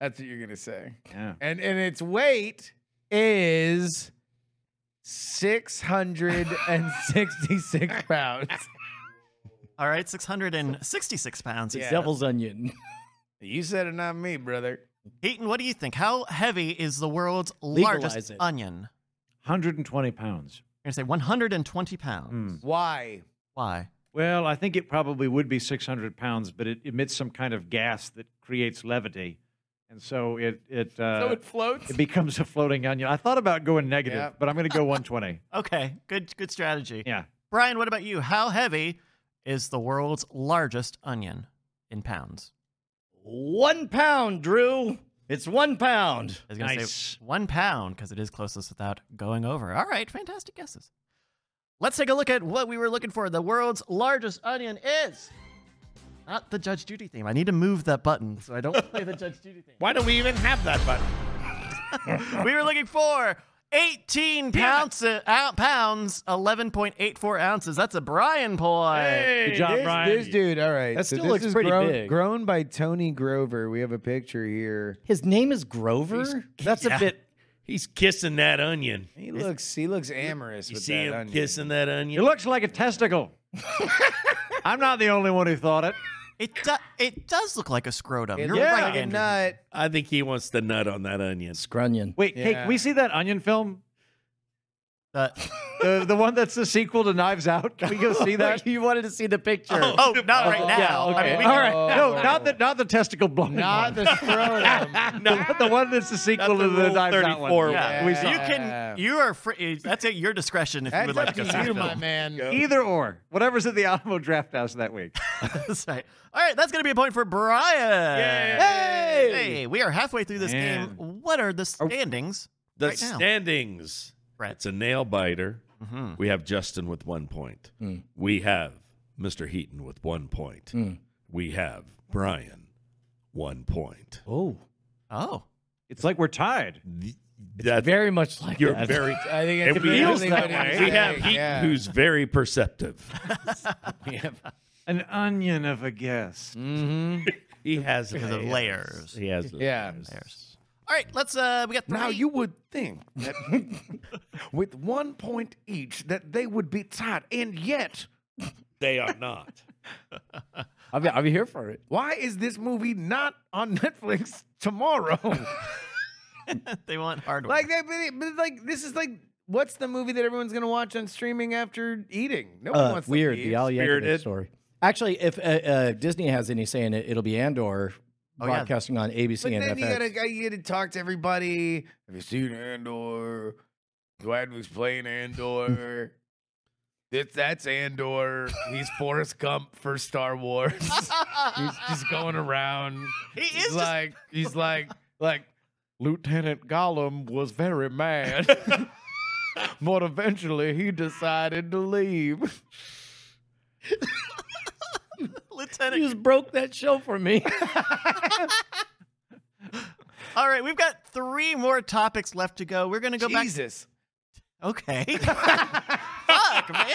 That's what you're gonna say.
Yeah.
And and its weight is six hundred and sixty-six pounds.
All right, 666 pounds.
Yeah.
Devil's onion.
You said it, not me, brother.
Eaton, what do you think? How heavy is the world's
Legalize
largest
it.
onion?
120 pounds.
You're
Hmm.
going to say 120 pounds.
Why?
Why?
Well, I think it probably would be 600 pounds, but it emits some kind of gas that creates levity. And so it it, uh,
so it floats.
it becomes a floating onion. I thought about going negative,
Yeah.
but I'm going to go 120.
Okay, good good strategy.
Yeah.
Brian, what about you? How heavy is the world's largest onion in pounds?
One pound, Drew. It's one pound.
I was going to
Nice.
say one pound because it is closest without going over. All right, fantastic guesses. Let's take a look at what we were looking for. The world's largest onion is not the Judge Judy theme. I need to move that button so I don't play the Judge Judy theme.
Why do we even have that button?
we were looking for 18 pounds, uh, pounds, 11.84 ounces. That's a Brian point.
Good job,
this,
Brian.
this dude, all right.
That
so
still
this
looks
is
pretty
grown,
big.
Grown by Tony Grover. We have a picture here.
His name is Grover.
That's a bit. He's kissing that onion.
He looks, he looks amorous
You
with
see
that
him
onion.
kissing that onion?
It looks like a testicle. I'm not the only one who thought it.
It, do- it does look like a scrotum.
It
You're
looks
right,
like a
Andrew.
nut.
I think he wants the nut on that onion.
Scrunion.
Wait, hey, can we
Yeah.
see that onion film?
Uh,
The, the one that's the sequel to Knives Out? Can we go see that?
you wanted to see the picture.
oh, not right now.
yeah,
I mean,
okay.
we
All
can-
right. No,
Oh.
not the not the testicle blowing.
Not
one.
the scrotum.
the, the one that's the sequel
the
to the
Rule
Knives Out one.
34
Yeah,
one.
we
you
saw.
Yeah.
can. You are free. That's at your discretion if you would
That's
like
up
to go see
to you,
the
my
film.
man.
Either or, whatever's at the Alamo Draft House that week.
That's right. All right, that's going to be a point for Brian. Hey, we are halfway through this
Man.
game. What are the standings?
The
Right now.
standings.
Brett?
It's a nail biter. We have Justin with one point. We have Mr. Heaton with one point. We have Brian, one point.
Oh,
Oh,
It's like we're tied.
That's
very much like
you're
that.
very.
I think
And
it's
we,
feels
we have Heaton, who's very perceptive.
An onion of a guess.
hmm
He has
because of layers.
He has
Yeah.
Layers. All right, let's. Uh, we got three.
Now you would think that with one point each that they would be tied, and yet
They are not.
I'm, I'm here for it.
why is this movie not on Netflix tomorrow?
they want hardware.
like that, but- but like this is like what's the movie that everyone's gonna watch on streaming after eating? No one
Uh,
wants to
weird.
eat.
The Al Yankovic
Spirited.
story. Actually, if uh, uh, Disney has any say in it, it'll be Andor
Oh, yeah.
broadcasting on ABC
But
and
then
FX.
you gotta you gotta talk to everybody. Have you seen Andor? Glad was playing Andor. This, that's Andor. He's Forrest Gump for Star Wars. he's just going around.
he is
He's
just-
like he's like like
Lieutenant Gollum was very mad, but eventually he decided to leave.
Lieutenant.
You just broke that show for me.
All right, we've got three more topics left to go. We're gonna go
Jesus.
back. Okay. Fuck, man.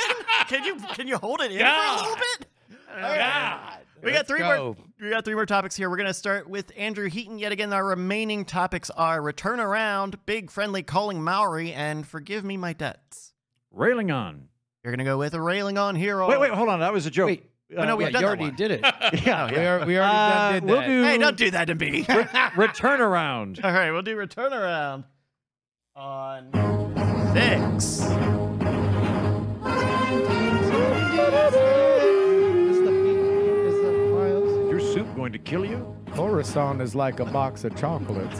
Can you can you hold it in for a little bit?
Oh,
God.
We got three more. We got three more topics here. We're gonna start with Andrew Heaton yet again. Our remaining topics are return around, big friendly calling Maori, and forgive me my debts.
Railing on.
You're gonna go with a railing on hero.
Wait, wait, hold on. That was a joke. Uh,
Wait.
Oh, no, we've
you
done that
already
one.
did it.
yeah,
We, are, we already
Uh,
done did
we'll
that.
do
Hey, don't do that to me.
return around.
All right, we'll do return around on six.
Your soup going to kill you?
Coruscant is like a box of chocolates.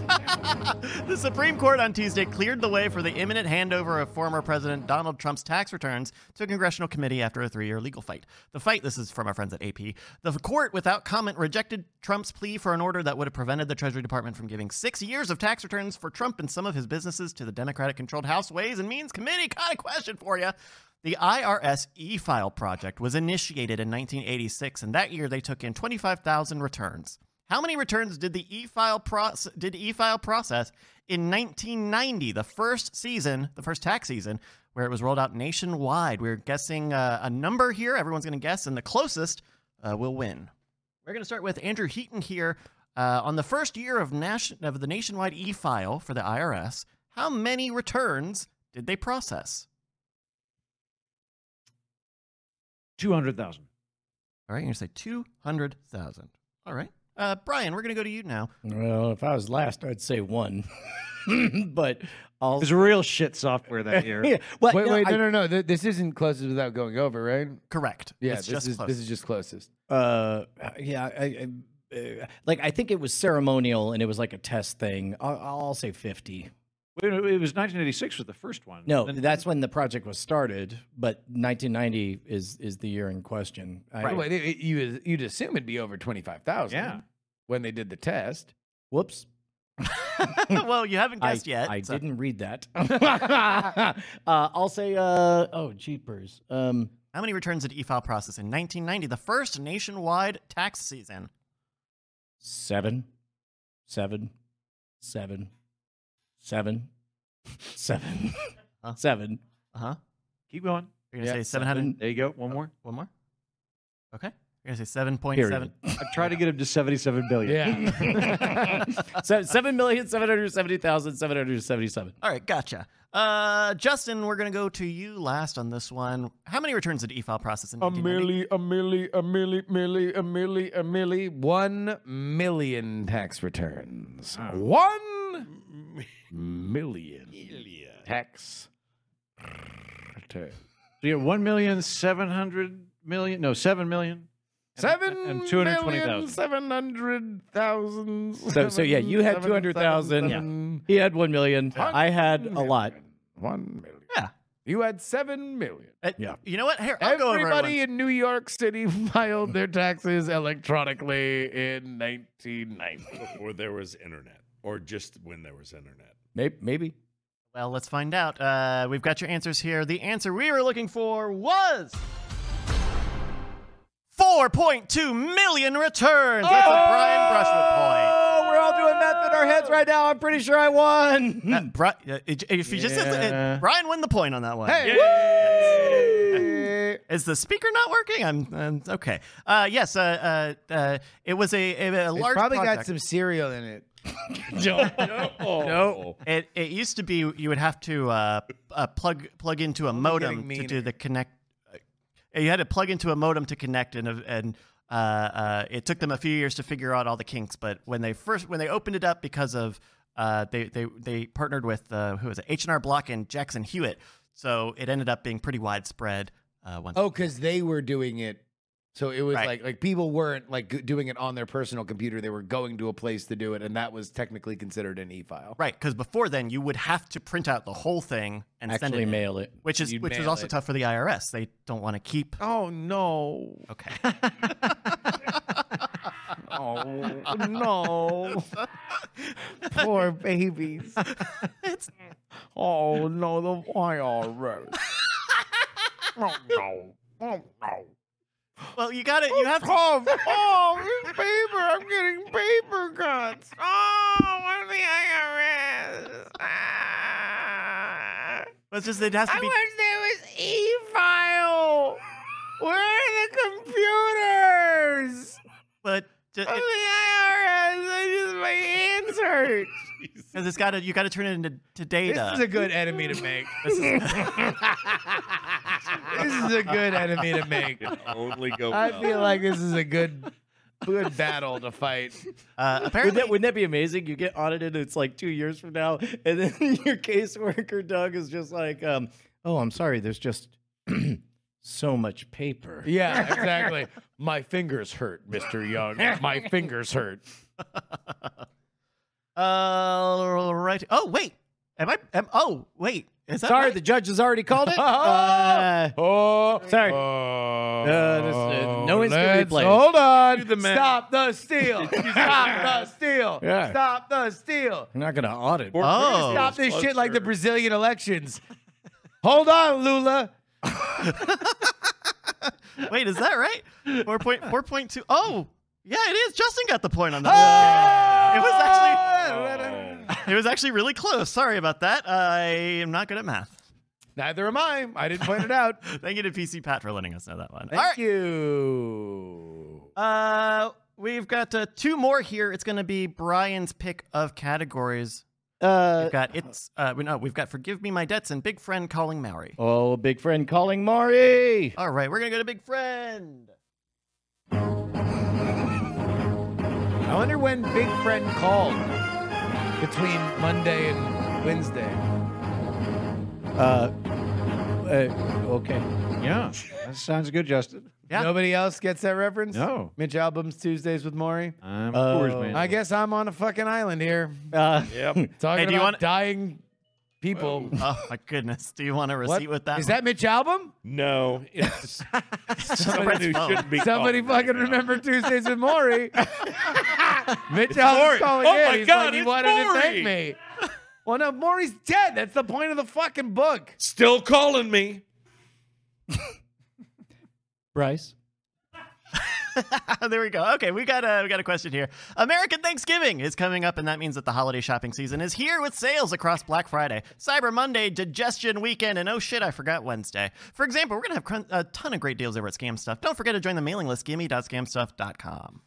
The Supreme Court on Tuesday cleared the way for the imminent handover of former President Donald Trump's tax returns to a congressional committee after a three year legal fight. The fight, this is from our friends at AP. The court, without comment, rejected Trump's plea for an order that would have prevented the Treasury Department from giving six years of tax returns for Trump and some of his businesses to the Democratic controlled House Ways and Means Committee. Kind of question for you. The IRS e file project was initiated in 1986, and that year they took in 25,000 returns. How many returns did the e-file proce- did e-file process in 1990, the first season, the first tax season, where it was rolled out nationwide? We're guessing uh, a number here. Everyone's going to guess, and the closest uh, will win. We're going to start with Andrew Heaton here uh, on the first year of nation of the nationwide e-file for the IRS. How many returns did they process?
200,000.
All right, you're going to say two hundred thousand. All right, uh, Brian, we're going to go to you now.
Well, if I was last, I'd say one. but I'll.
There's real shit software that year.
Yeah. Well,
wait,
no,
wait,
I-
no, no, no. Th- This isn't closest without going over, right?
Correct.
Yeah,
It's
this
just
is
close.
this is just closest.
uh yeah I, I, uh, like i think it was ceremonial and it was like a test thing i'll, I'll say 50
Wait, no, It was 1986 was the first one.
no
Then-
that's when the project was started but 1990 is is the year in question I-
Well, it- it- you you'd assume it'd be over twenty five thousand.
Yeah.
When they did the test.
whoops
well, you haven't
I,
guessed yet.
I
so-
didn't read that uh, i'll say uh oh jeepers um
How many returns did E e-file process in 1990, the first nationwide tax season?
seven seven seven seven seven
Huh?
seven
Uh huh.
Keep going.
You're gonna
Yeah,
say 700.
There you go. One more.
One more. Okay. You're gonna say 7.7.
period
I tried to get him to 77 billion.
Yeah.
so seven million seven hundred seventy thousand seven hundred seventy-seven.
All right, gotcha. Uh, Justin, we're gonna go to you last on this one. How many returns did E e-file process in
A
1990?
milli, a milli, a milli, milli, a milli, a milli. One million tax returns. One million tax returns.
So you have 1 million, 700 million. No, 7 million.
Seven
and 220,000.
seven hundred thousand.
So- so, yeah, you had 200,000. Yeah. He had one million. I had a lot.
One million.
Yeah.
You had seven million.
Uh,
Yeah.
You know what? Here, I'll go over it
Everybody
once.
in New York City filed their taxes electronically in 1990.
Before there was internet, or just when there was internet.
Maybe, maybe.
Well, let's find out. Uh, we've got your answers here. The answer we were looking for was 4.2 million returns. That's a Brian Brushwood point.
Oh, we're all doing math in our heads right now. I'm pretty sure I won.
That Bri- uh, it- uh, if you just
Yeah.
Brian won the point on that one.
Hey! there?
Is the speaker not working? I'm, I'm okay. Uh, yes, uh, uh, uh, it was a, a, a
It's
large
probably
project.
got some cereal in it.
No, it it used to be you would have to uh, uh, plug plug into a modem
getting
to do
meaner.
the connect. uh, You had to plug into a modem to connect, and and uh, uh, it took them a few years to figure out all the kinks. But when they first when they opened it up because of uh, they they they partnered with uh, who was it H and R Block and Jackson Hewitt, so it ended up being pretty widespread. Uh, once
Oh, because they were doing it. So it was
Right.
like like people weren't like g- doing it on their personal computer. They were going to a place to do it, and that was technically considered an e-file.
Right, because before then you would have to print out the whole thing and send
Actually,
it, in,
mail it.
which is
You'd
which was
mail
also
it.
tough for the IRS. They don't want to keep.
Oh no.
Okay.
Oh no.
Poor babies.
Oh no, the IRS. Oh no. Oh no.
Well, you got to You have to.
Oh, oh, it's paper. I'm getting paper cuts. Oh, I'm the IRS. Ah.
It's just it has
I
to be.
wish there was e-file. Where are the computers?
But ju-
I'm the IRS.
it,
I just my hands hurt.
'cause it's got to. You got to turn it into to data.
This is a good enemy to make. this is a good enemy to make.
Only go.
I
well.
feel like this is a good good battle to fight.
uh,
Wouldn't
apparently,
that, wouldn't that be amazing? You get audited, it's like two years from now, and then your caseworker, Doug, is just like, um, oh, I'm sorry, there's just so much paper.
Yeah, exactly.
My fingers hurt, Mr. Young. My fingers hurt.
uh, right. Oh wait. Am I? Am, oh wait. Is that
Sorry,
right?
the judge has already called it. Uh,
Oh,
sorry.
Oh,
Uh, this- uh, no one's gonna
let's-
replay it.
Hold on.
Stop the steal. Stop the steal.
Yeah.
Stop the steal.
I'm not going to audit.
Or-
Oh.
Stop this shit like the
Closer.
Brazilian elections. Hold on, Lula.
wait. Is that right? Four point four point two. Oh yeah, it is. Justin got the point on that. one. It was actually.
Oh.
It was actually really close. Sorry about that. I am not good at math.
Neither am I. I didn't point it out.
Thank you to PC Pat for letting us know that one.
Thank
All right.
you.
Uh, we've got uh, two more here. It's going to be Brian's pick of categories.
Uh,
We've got it's. Uh, we- no, we've got forgive me my debts and big friend calling Maori.
oh, big friend calling Maury.
All right, we're gonna go to big friend.
I wonder when Big Friend called between Monday and Wednesday.
Uh, uh, okay.
Yeah, that sounds good, Justin.
Yeah.
Nobody else gets that reference?
No.
Mitch Albums Tuesdays with Maury. Oh.
I'm
Uh,
a Coors man.
I guess I'm on a fucking island here
Uh,
Yep.
talking
Hey, do you
about
wanna-
dying people.
Oh my goodness! Do you want to
What?
receipt with that?
Is that Mitch Album?
No, it's somebody who
phone.
shouldn't be.
Somebody
calling right
fucking
now.
remember Tuesdays with Maury. Mitch
Maury.
Album's calling
Oh
in.
my
He's
God,
like, he
it's
wanted to
Maury.
thank me. Well, no, Maury's dead. That's the point of the fucking book.
Still calling me.
Bryce.
Oh, there we go. Okay, we got a we got a question here. American Thanksgiving is coming up, and that means that the holiday shopping season is here with sales across Black Friday, Cyber Monday, Digestion Weekend, and oh shit, I forgot Wednesday. For example, we're gonna have crun- a ton of great deals over at Scam Stuff. Don't forget to join the mailing list, gimme.scamstuff.com.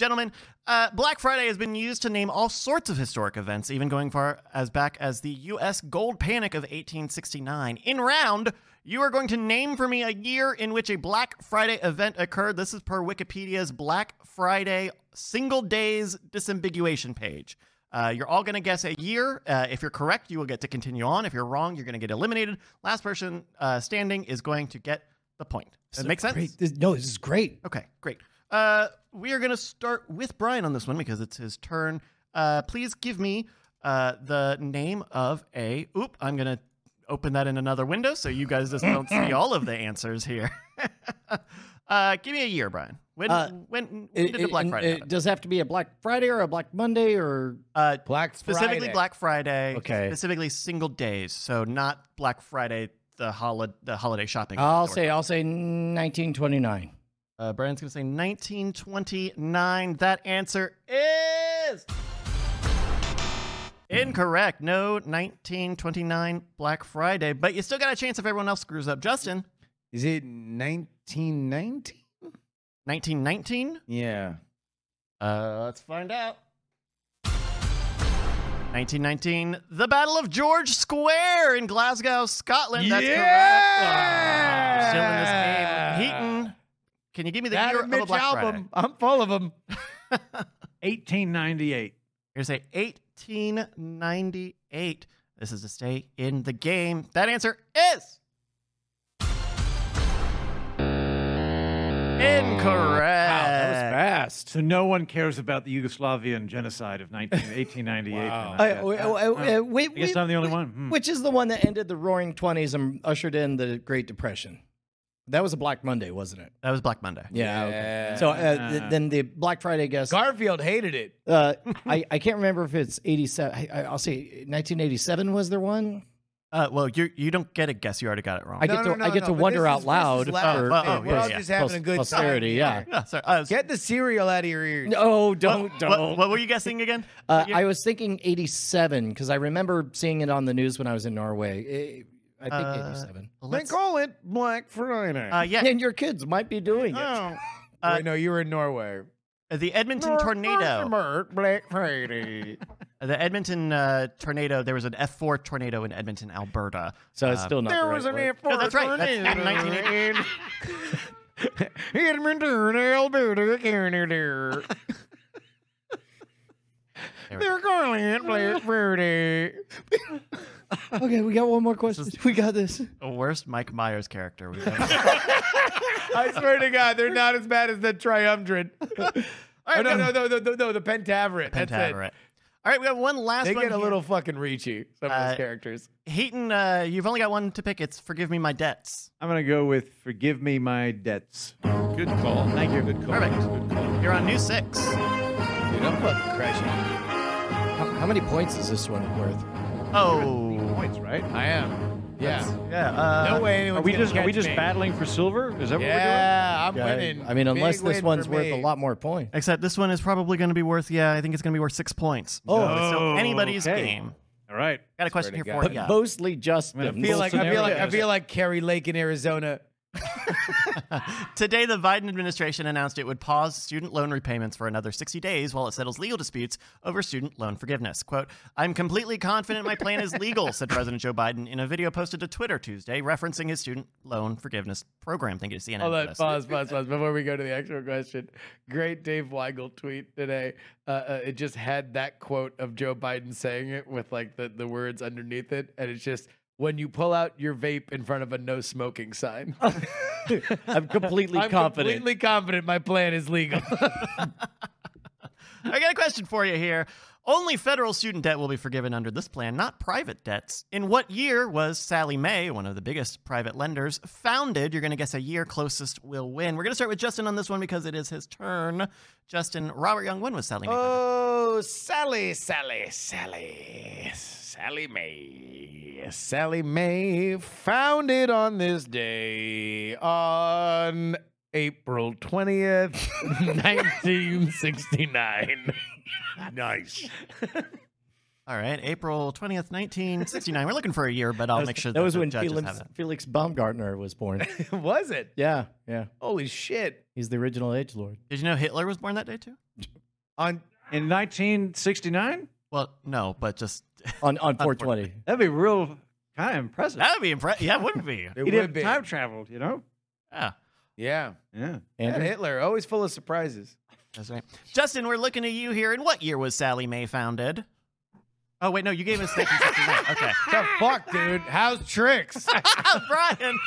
Gentlemen, uh, Black Friday has been used to name all sorts of historic events, even going far as back as the U.S. Gold Panic of 1869. In round, you are going to name for me a year in which a Black Friday event occurred. This is per Wikipedia's Black Friday Single Days Disambiguation page. Uh, you're all going to guess a year. Uh, if you're correct, you will get to continue on. If you're wrong, you're going to get eliminated. Last person uh, standing is going to get the point. Does that make sense?
no, this is great.
Okay, great. Uh, we are going to start with Brian on this one because it's his turn. Uh, please give me uh, the name of a. Oop, I'm going to open that in another window so you guys just don't see all of the answers here. uh, give me a year, Brian. When
Uh,
when, when did the Black Friday happen?
does it have to be a Black Friday or a Black Monday or
uh,
Black
specifically Black Friday.
Okay.
Specifically single days, so not Black Friday. The holiday, the holiday shopping.
I'll
Sorry.
say I'll say 1929.
Uh, Brian's gonna say 1929. That answer is incorrect. No 1929 Black Friday, but you still got a chance if everyone else screws up. Justin,
Is it 1990?
1919?
Yeah.
Uh, let's find out. 1919, the Battle of George Square in Glasgow, Scotland. That's correct. Oh, still in this game. Heaton, can you give me the
That
year
and
of the
Mitch
Black Friday?
album. I'm full of them.
1898.
You're gonna say 1898. This is to stay in the game. That answer is
Oh,
incorrect.
fast.
So no one cares about the Yugoslavian genocide of 19, 1898.
Wow.
Uh,
I,
Uh,
guess- I guess I'm the only
one.
one. Hmm.
Which is the one that ended the Roaring Twenties and ushered in the Great Depression? That was a Black Monday, wasn't it?
That was Black Monday.
Yeah. Okay. So uh, th- then the Black Friday, I guess.
Garfield hated it.
Uh, I I can't remember if it's eighty seven. I, I- I'll say nineteen eighty seven was there one.
Uh, well, you you don't get a guess. You already got it wrong.
I get to I get to
but
wonder
this
out
is- this is
loud.
loud.
for- for
Oh, oh,
We're all
yeah.
just having a good
posterity,
time.
yeah.
yeah, sorry. Uh,
Get the cereal out of your ears.
No, don't
what,
don't.
What, what were you guessing again?
Uh, I was thinking 87 because I remember seeing it on the news when I was in Norway. Eh, I think
Uh,
87.
Let's-
call it Black Friday.
uh, yeah,
And your kids might be doing it.
Oh.
uh,
Wait, no, you were in Norway.
the Edmonton tornado.
Black Friday.
The Edmonton uh, tornado. There was an F4 tornado in Edmonton, Alberta.
So it's
Uh,
still not the right word.
No, that's right. That's in 1980.
Edmonton, Alberta, Canada. They're calling it Black Friday.
Okay, we got one more question. we got this.
The worst Mike Myers character we've ever.
I swear to God, they're not as bad as the Triumvirate. oh, no, no, no, no, no, no, the Pentaveret. That's it.
Pentaverate. All right, we have one last
They
one.
get a
here.
little fucking reachy, some of
Uh,
those characters.
Heaton, uh, you've only got one to pick. It's Forgive Me My Debts.
I'm gonna go with "Forgive Me My Debts."
Good call.
Thank you.
Good call.
Perfect.
Good call.
You're on new six.
Dude, I'm fucking crushing.
How, how many points is this one worth?
Oh.
Points, right?
I am. Yeah.
Yeah. Uh,
no way anyone's
Are we
gonna
just are we
catch
just
me.
battling for silver? Is that
Yeah, I'm
Yeah, I-
winning.
I mean, unless
Big
this
win
one's
for
worth a
me.
lot more points.
Except this one is probably going to be worth, yeah, I think it's going to be worth six points.
Oh.
So
Oh,
anybody's
okay.
game.
what we're doing? All right.
Got a question
to
here
God.
for you.
Mostly Justin.
I
I feel like I feel like I
Scenarios.
feel like Kerry Lake in Arizona.
Today, the Biden administration announced it would pause student loan repayments for another 60 days while it settles legal disputes over student loan forgiveness. Quote, I'm completely confident my plan is legal, said President Joe Biden in a video posted to Twitter Tuesday referencing his student loan forgiveness program. Thank you to CNN.
Hold
for
on,
this.
pause, pause, pause. Before we go to the actual question, great Dave Weigel tweet today. Uh, uh, it just had that quote of Joe Biden saying it with like the, the words underneath it, and it's just when you pull out your vape in front of a no smoking sign.
I'm completely
I'm
confident.
completely confident my plan is legal.
I got a question for you here. Only federal student debt will be forgiven under this plan, not private debts. In what year was Sally May, one of the biggest private lenders, founded? You're going to guess a year closest will win. We're going to start with Justin on this one because it is his turn. Justin, Robert Young, when was Sally May? founded?
oh, Sally, Sally, Sally, Sally May. Sally May founded on this day on April 20th, 1969.
Nice.
Uh,
All right, April 20th, 1969. We're looking for a year, but I'll make sure that,
that was
the
when
judges
Felix,
have it.
Felix Baumgartner was born.
Was it?
yeah, yeah.
Holy shit.
He's the original Edge Lord.
Did you know Hitler was born that day too?
On
In 1969?
Well, no, but just
On on 420.
That'd be real kind of impressive.
that would be impressive. Yeah, it wouldn't be.
it
He'd
would
have
be.
time traveled, you know?
Yeah.
Yeah.
Yeah.
And
Andrew?
Hitler, always full of surprises.
That's right. Justin, we're looking at you here. In what year was Sally May founded? Oh, wait, no, you gave us 1969. Okay.
The fuck, dude? How's tricks?
Oh, Brian.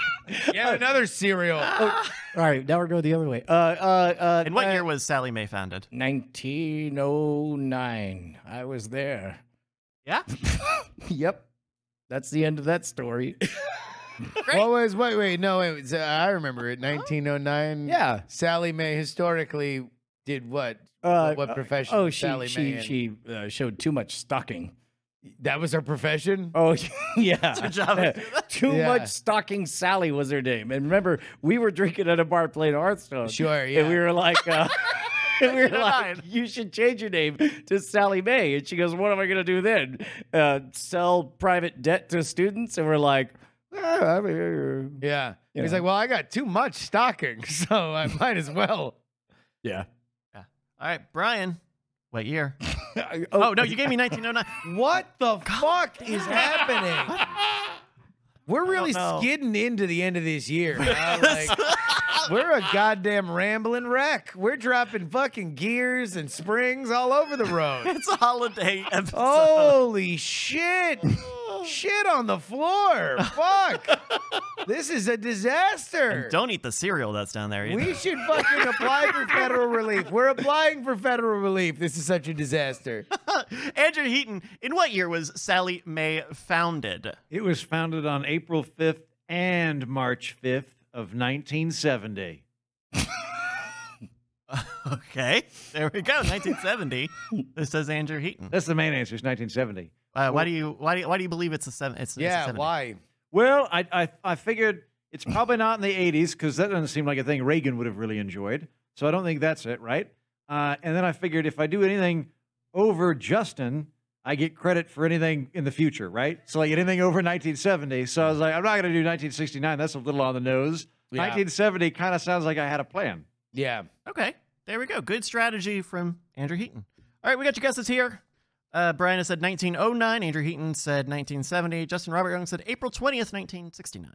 Yet another cereal.
All right, now we're going the other way. Uh, uh, uh,
In what
uh,
year was Sally May founded?
1909. I was there.
Yeah?
yep. That's the end of that story.
What was wait wait no wait so I remember it 1909.
yeah.
Sally May historically did what?
Uh,
what profession?
Oh,
was
she
Sally
she
Mae in?
she uh, showed too much stocking.
that was her profession.
Oh yeah.
job to
too
Yeah.
much stocking Sally was her name. And remember, we were drinking at a bar playing Hearthstone.
Sure, yeah.
And we were like uh, and we were
Nine.
like, you should change your name to Sally Mae. And she goes, What am I gonna do then? Uh, sell private debt to students? And we're like,
Yeah.
You
He's
know.
like, well, I got too much stocking, so I might as well.
All right, Brian. What year? oh, no, you gave me 1909.
What the fuck is happening? We're really
know.
skidding into the end of this year. huh? Like, we're a goddamn rambling wreck. We're dropping fucking gears and springs all over the road.
It's a holiday episode.
Holy shit. shit on the floor. Fuck. This is a disaster.
Don't eat the cereal that's down there either.
We should fucking apply for federal relief. We're applying for federal relief. This is such a disaster.
Andrew Heaton, in what year was Sally May founded?
It was founded on April 5th and March 5th of 1970.
Okay, there we go. 1970. this says Andrew Heaton.
That's the main answer. It's 1970.
Uh, why do you why do you, why do you believe it's a seven? It's,
Yeah,
it's a 70?
why?
Well, I, I, I figured it's probably not in the 80s because that doesn't seem like a thing Reagan would have really enjoyed. So I don't think that's it, right? Uh, and then I figured if I do anything over Justin, I get credit for anything in the future, right? So like anything over 1970. So I was like, I'm not going to do 1969. That's a little on the nose.
Yeah.
1970 kind of sounds like I had a plan.
Yeah.
Okay, there we go. Good strategy from Andrew Heaton. All right, we got your guesses here. Uh, Brian has said 1909. Andrew Heaton said 1970. Justin Robert Young said April 20th, 1969.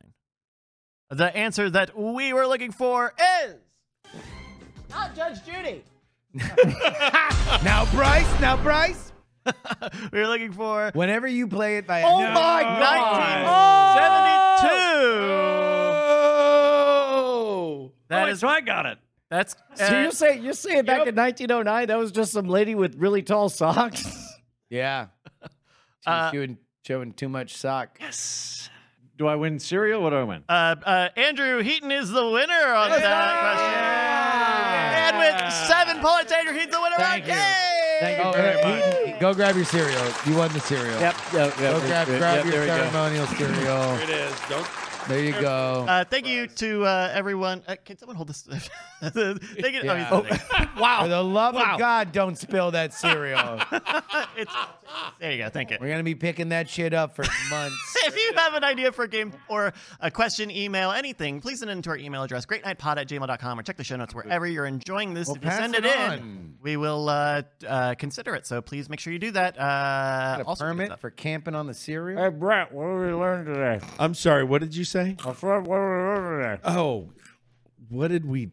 The answer that we were looking for is
Now, Bryce, now, Bryce.
we were looking for
Whenever you play it by
Oh my
Oh.
God! 1972.
Oh!
That is
I got it.
that's
So
uh,
you're saying you're saying back in 1909 that was just some lady with really tall socks.
Yeah. She was
Uh,
showing, showing too much sock.
Do I win cereal? What do I win?
uh, uh, Andrew Heaton is the winner on that question. And with seven points, Andrew Heaton's the winner.
Thank
Yay!
you. Thank you very much. Go grab your cereal. You won the cereal.
Yep. yep,
Go
yep, yep,
grab,
yep,
grab your
there we go.
ceremonial cereal.
It is. Don't.
There you go.
Uh, thank you to uh, everyone. Uh, can someone hold this? thank you.
Yeah.
Oh, he's there.
For the love of God, don't spill that cereal.
It's- there you go. Thank you.
We're gonna be picking that shit up for months.
If you have an idea for a game or a question, email, anything, please send it into our email address, greatnightpod at gmail.com, or check the show notes wherever you're enjoying this.
Well,
if you
pass
send
it
it,
on.
in, we will uh, uh, consider it. So please make sure you do that.
Got
Uh,
a
also do
permit
that.
for camping on the cereal.
Hey Brett, what did we learn today?
I'm sorry. What did you say?
My friend, what did we learn today?
Oh, what did we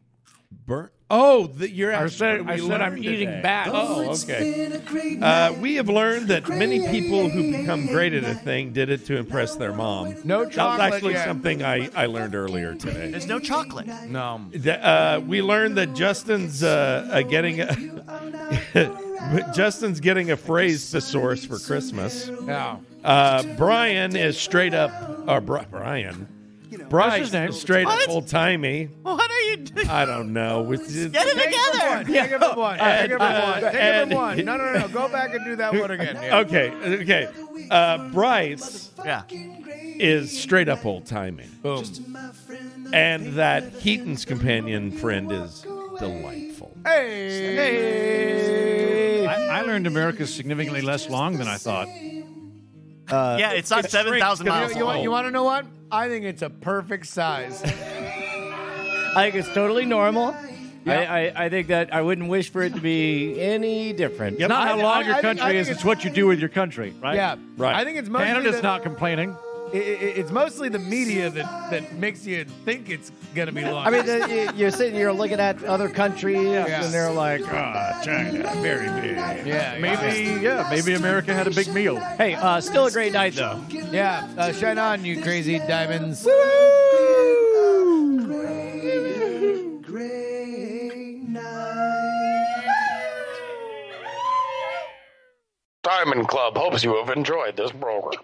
burn? Oh, the, you're.
I
out-
said,
we
I said I'm
learned
eating
today.
back.
Oh, okay. Uh, we have learned that many people who become great at a thing did it to impress their mom.
No
That was
chocolate
actually
yet.
something I, I learned earlier today.
There's no chocolate.
No.
The- uh, we learned that Justin's uh, uh, getting a, Justin's getting a phrase thesaurus for Christmas.
No.
Uh, Brian is straight up, or Bri- Brian, Bryce is straight up
What?
old timey.
What are you doing?
I don't know. With
Get it together.
Take him up one. Take him
uh,
up one. Take him
and-
up one. No, no, no. Go back and do that one again. Yeah.
Okay, okay. Uh, Bryce
Yeah.
is straight up old timey,
Boom.
and that Heaton's companion friend is delightful.
Hey.
I, I learned America's significantly less long than I thought.
yeah, it's not 7,000
shrinks.
miles
You-
You, want,
long.
you want to know what? I think it's a perfect size.
I think it's totally normal. I, I, I think that I wouldn't wish for it to be any different.
Yep.
Not
I-
how long your
I think- I
country
think
is,
it's-
it's what you do with your country, right?
Yeah.
Right.
I think it's mostly
Canada's
the,
not complaining.
i- i- it's mostly the media that, that makes you think it's gonna be long.
I mean, the, you- you're sitting here looking at other countries,
Yeah.
and they're like,
Ah, China, very big.
yeah.
Maybe, yeah, maybe America had a big meal.
"Hey, uh, still a great night, though."
Yeah. Uh, shine on, you crazy diamonds.
Diamond Club hopes you have enjoyed this program.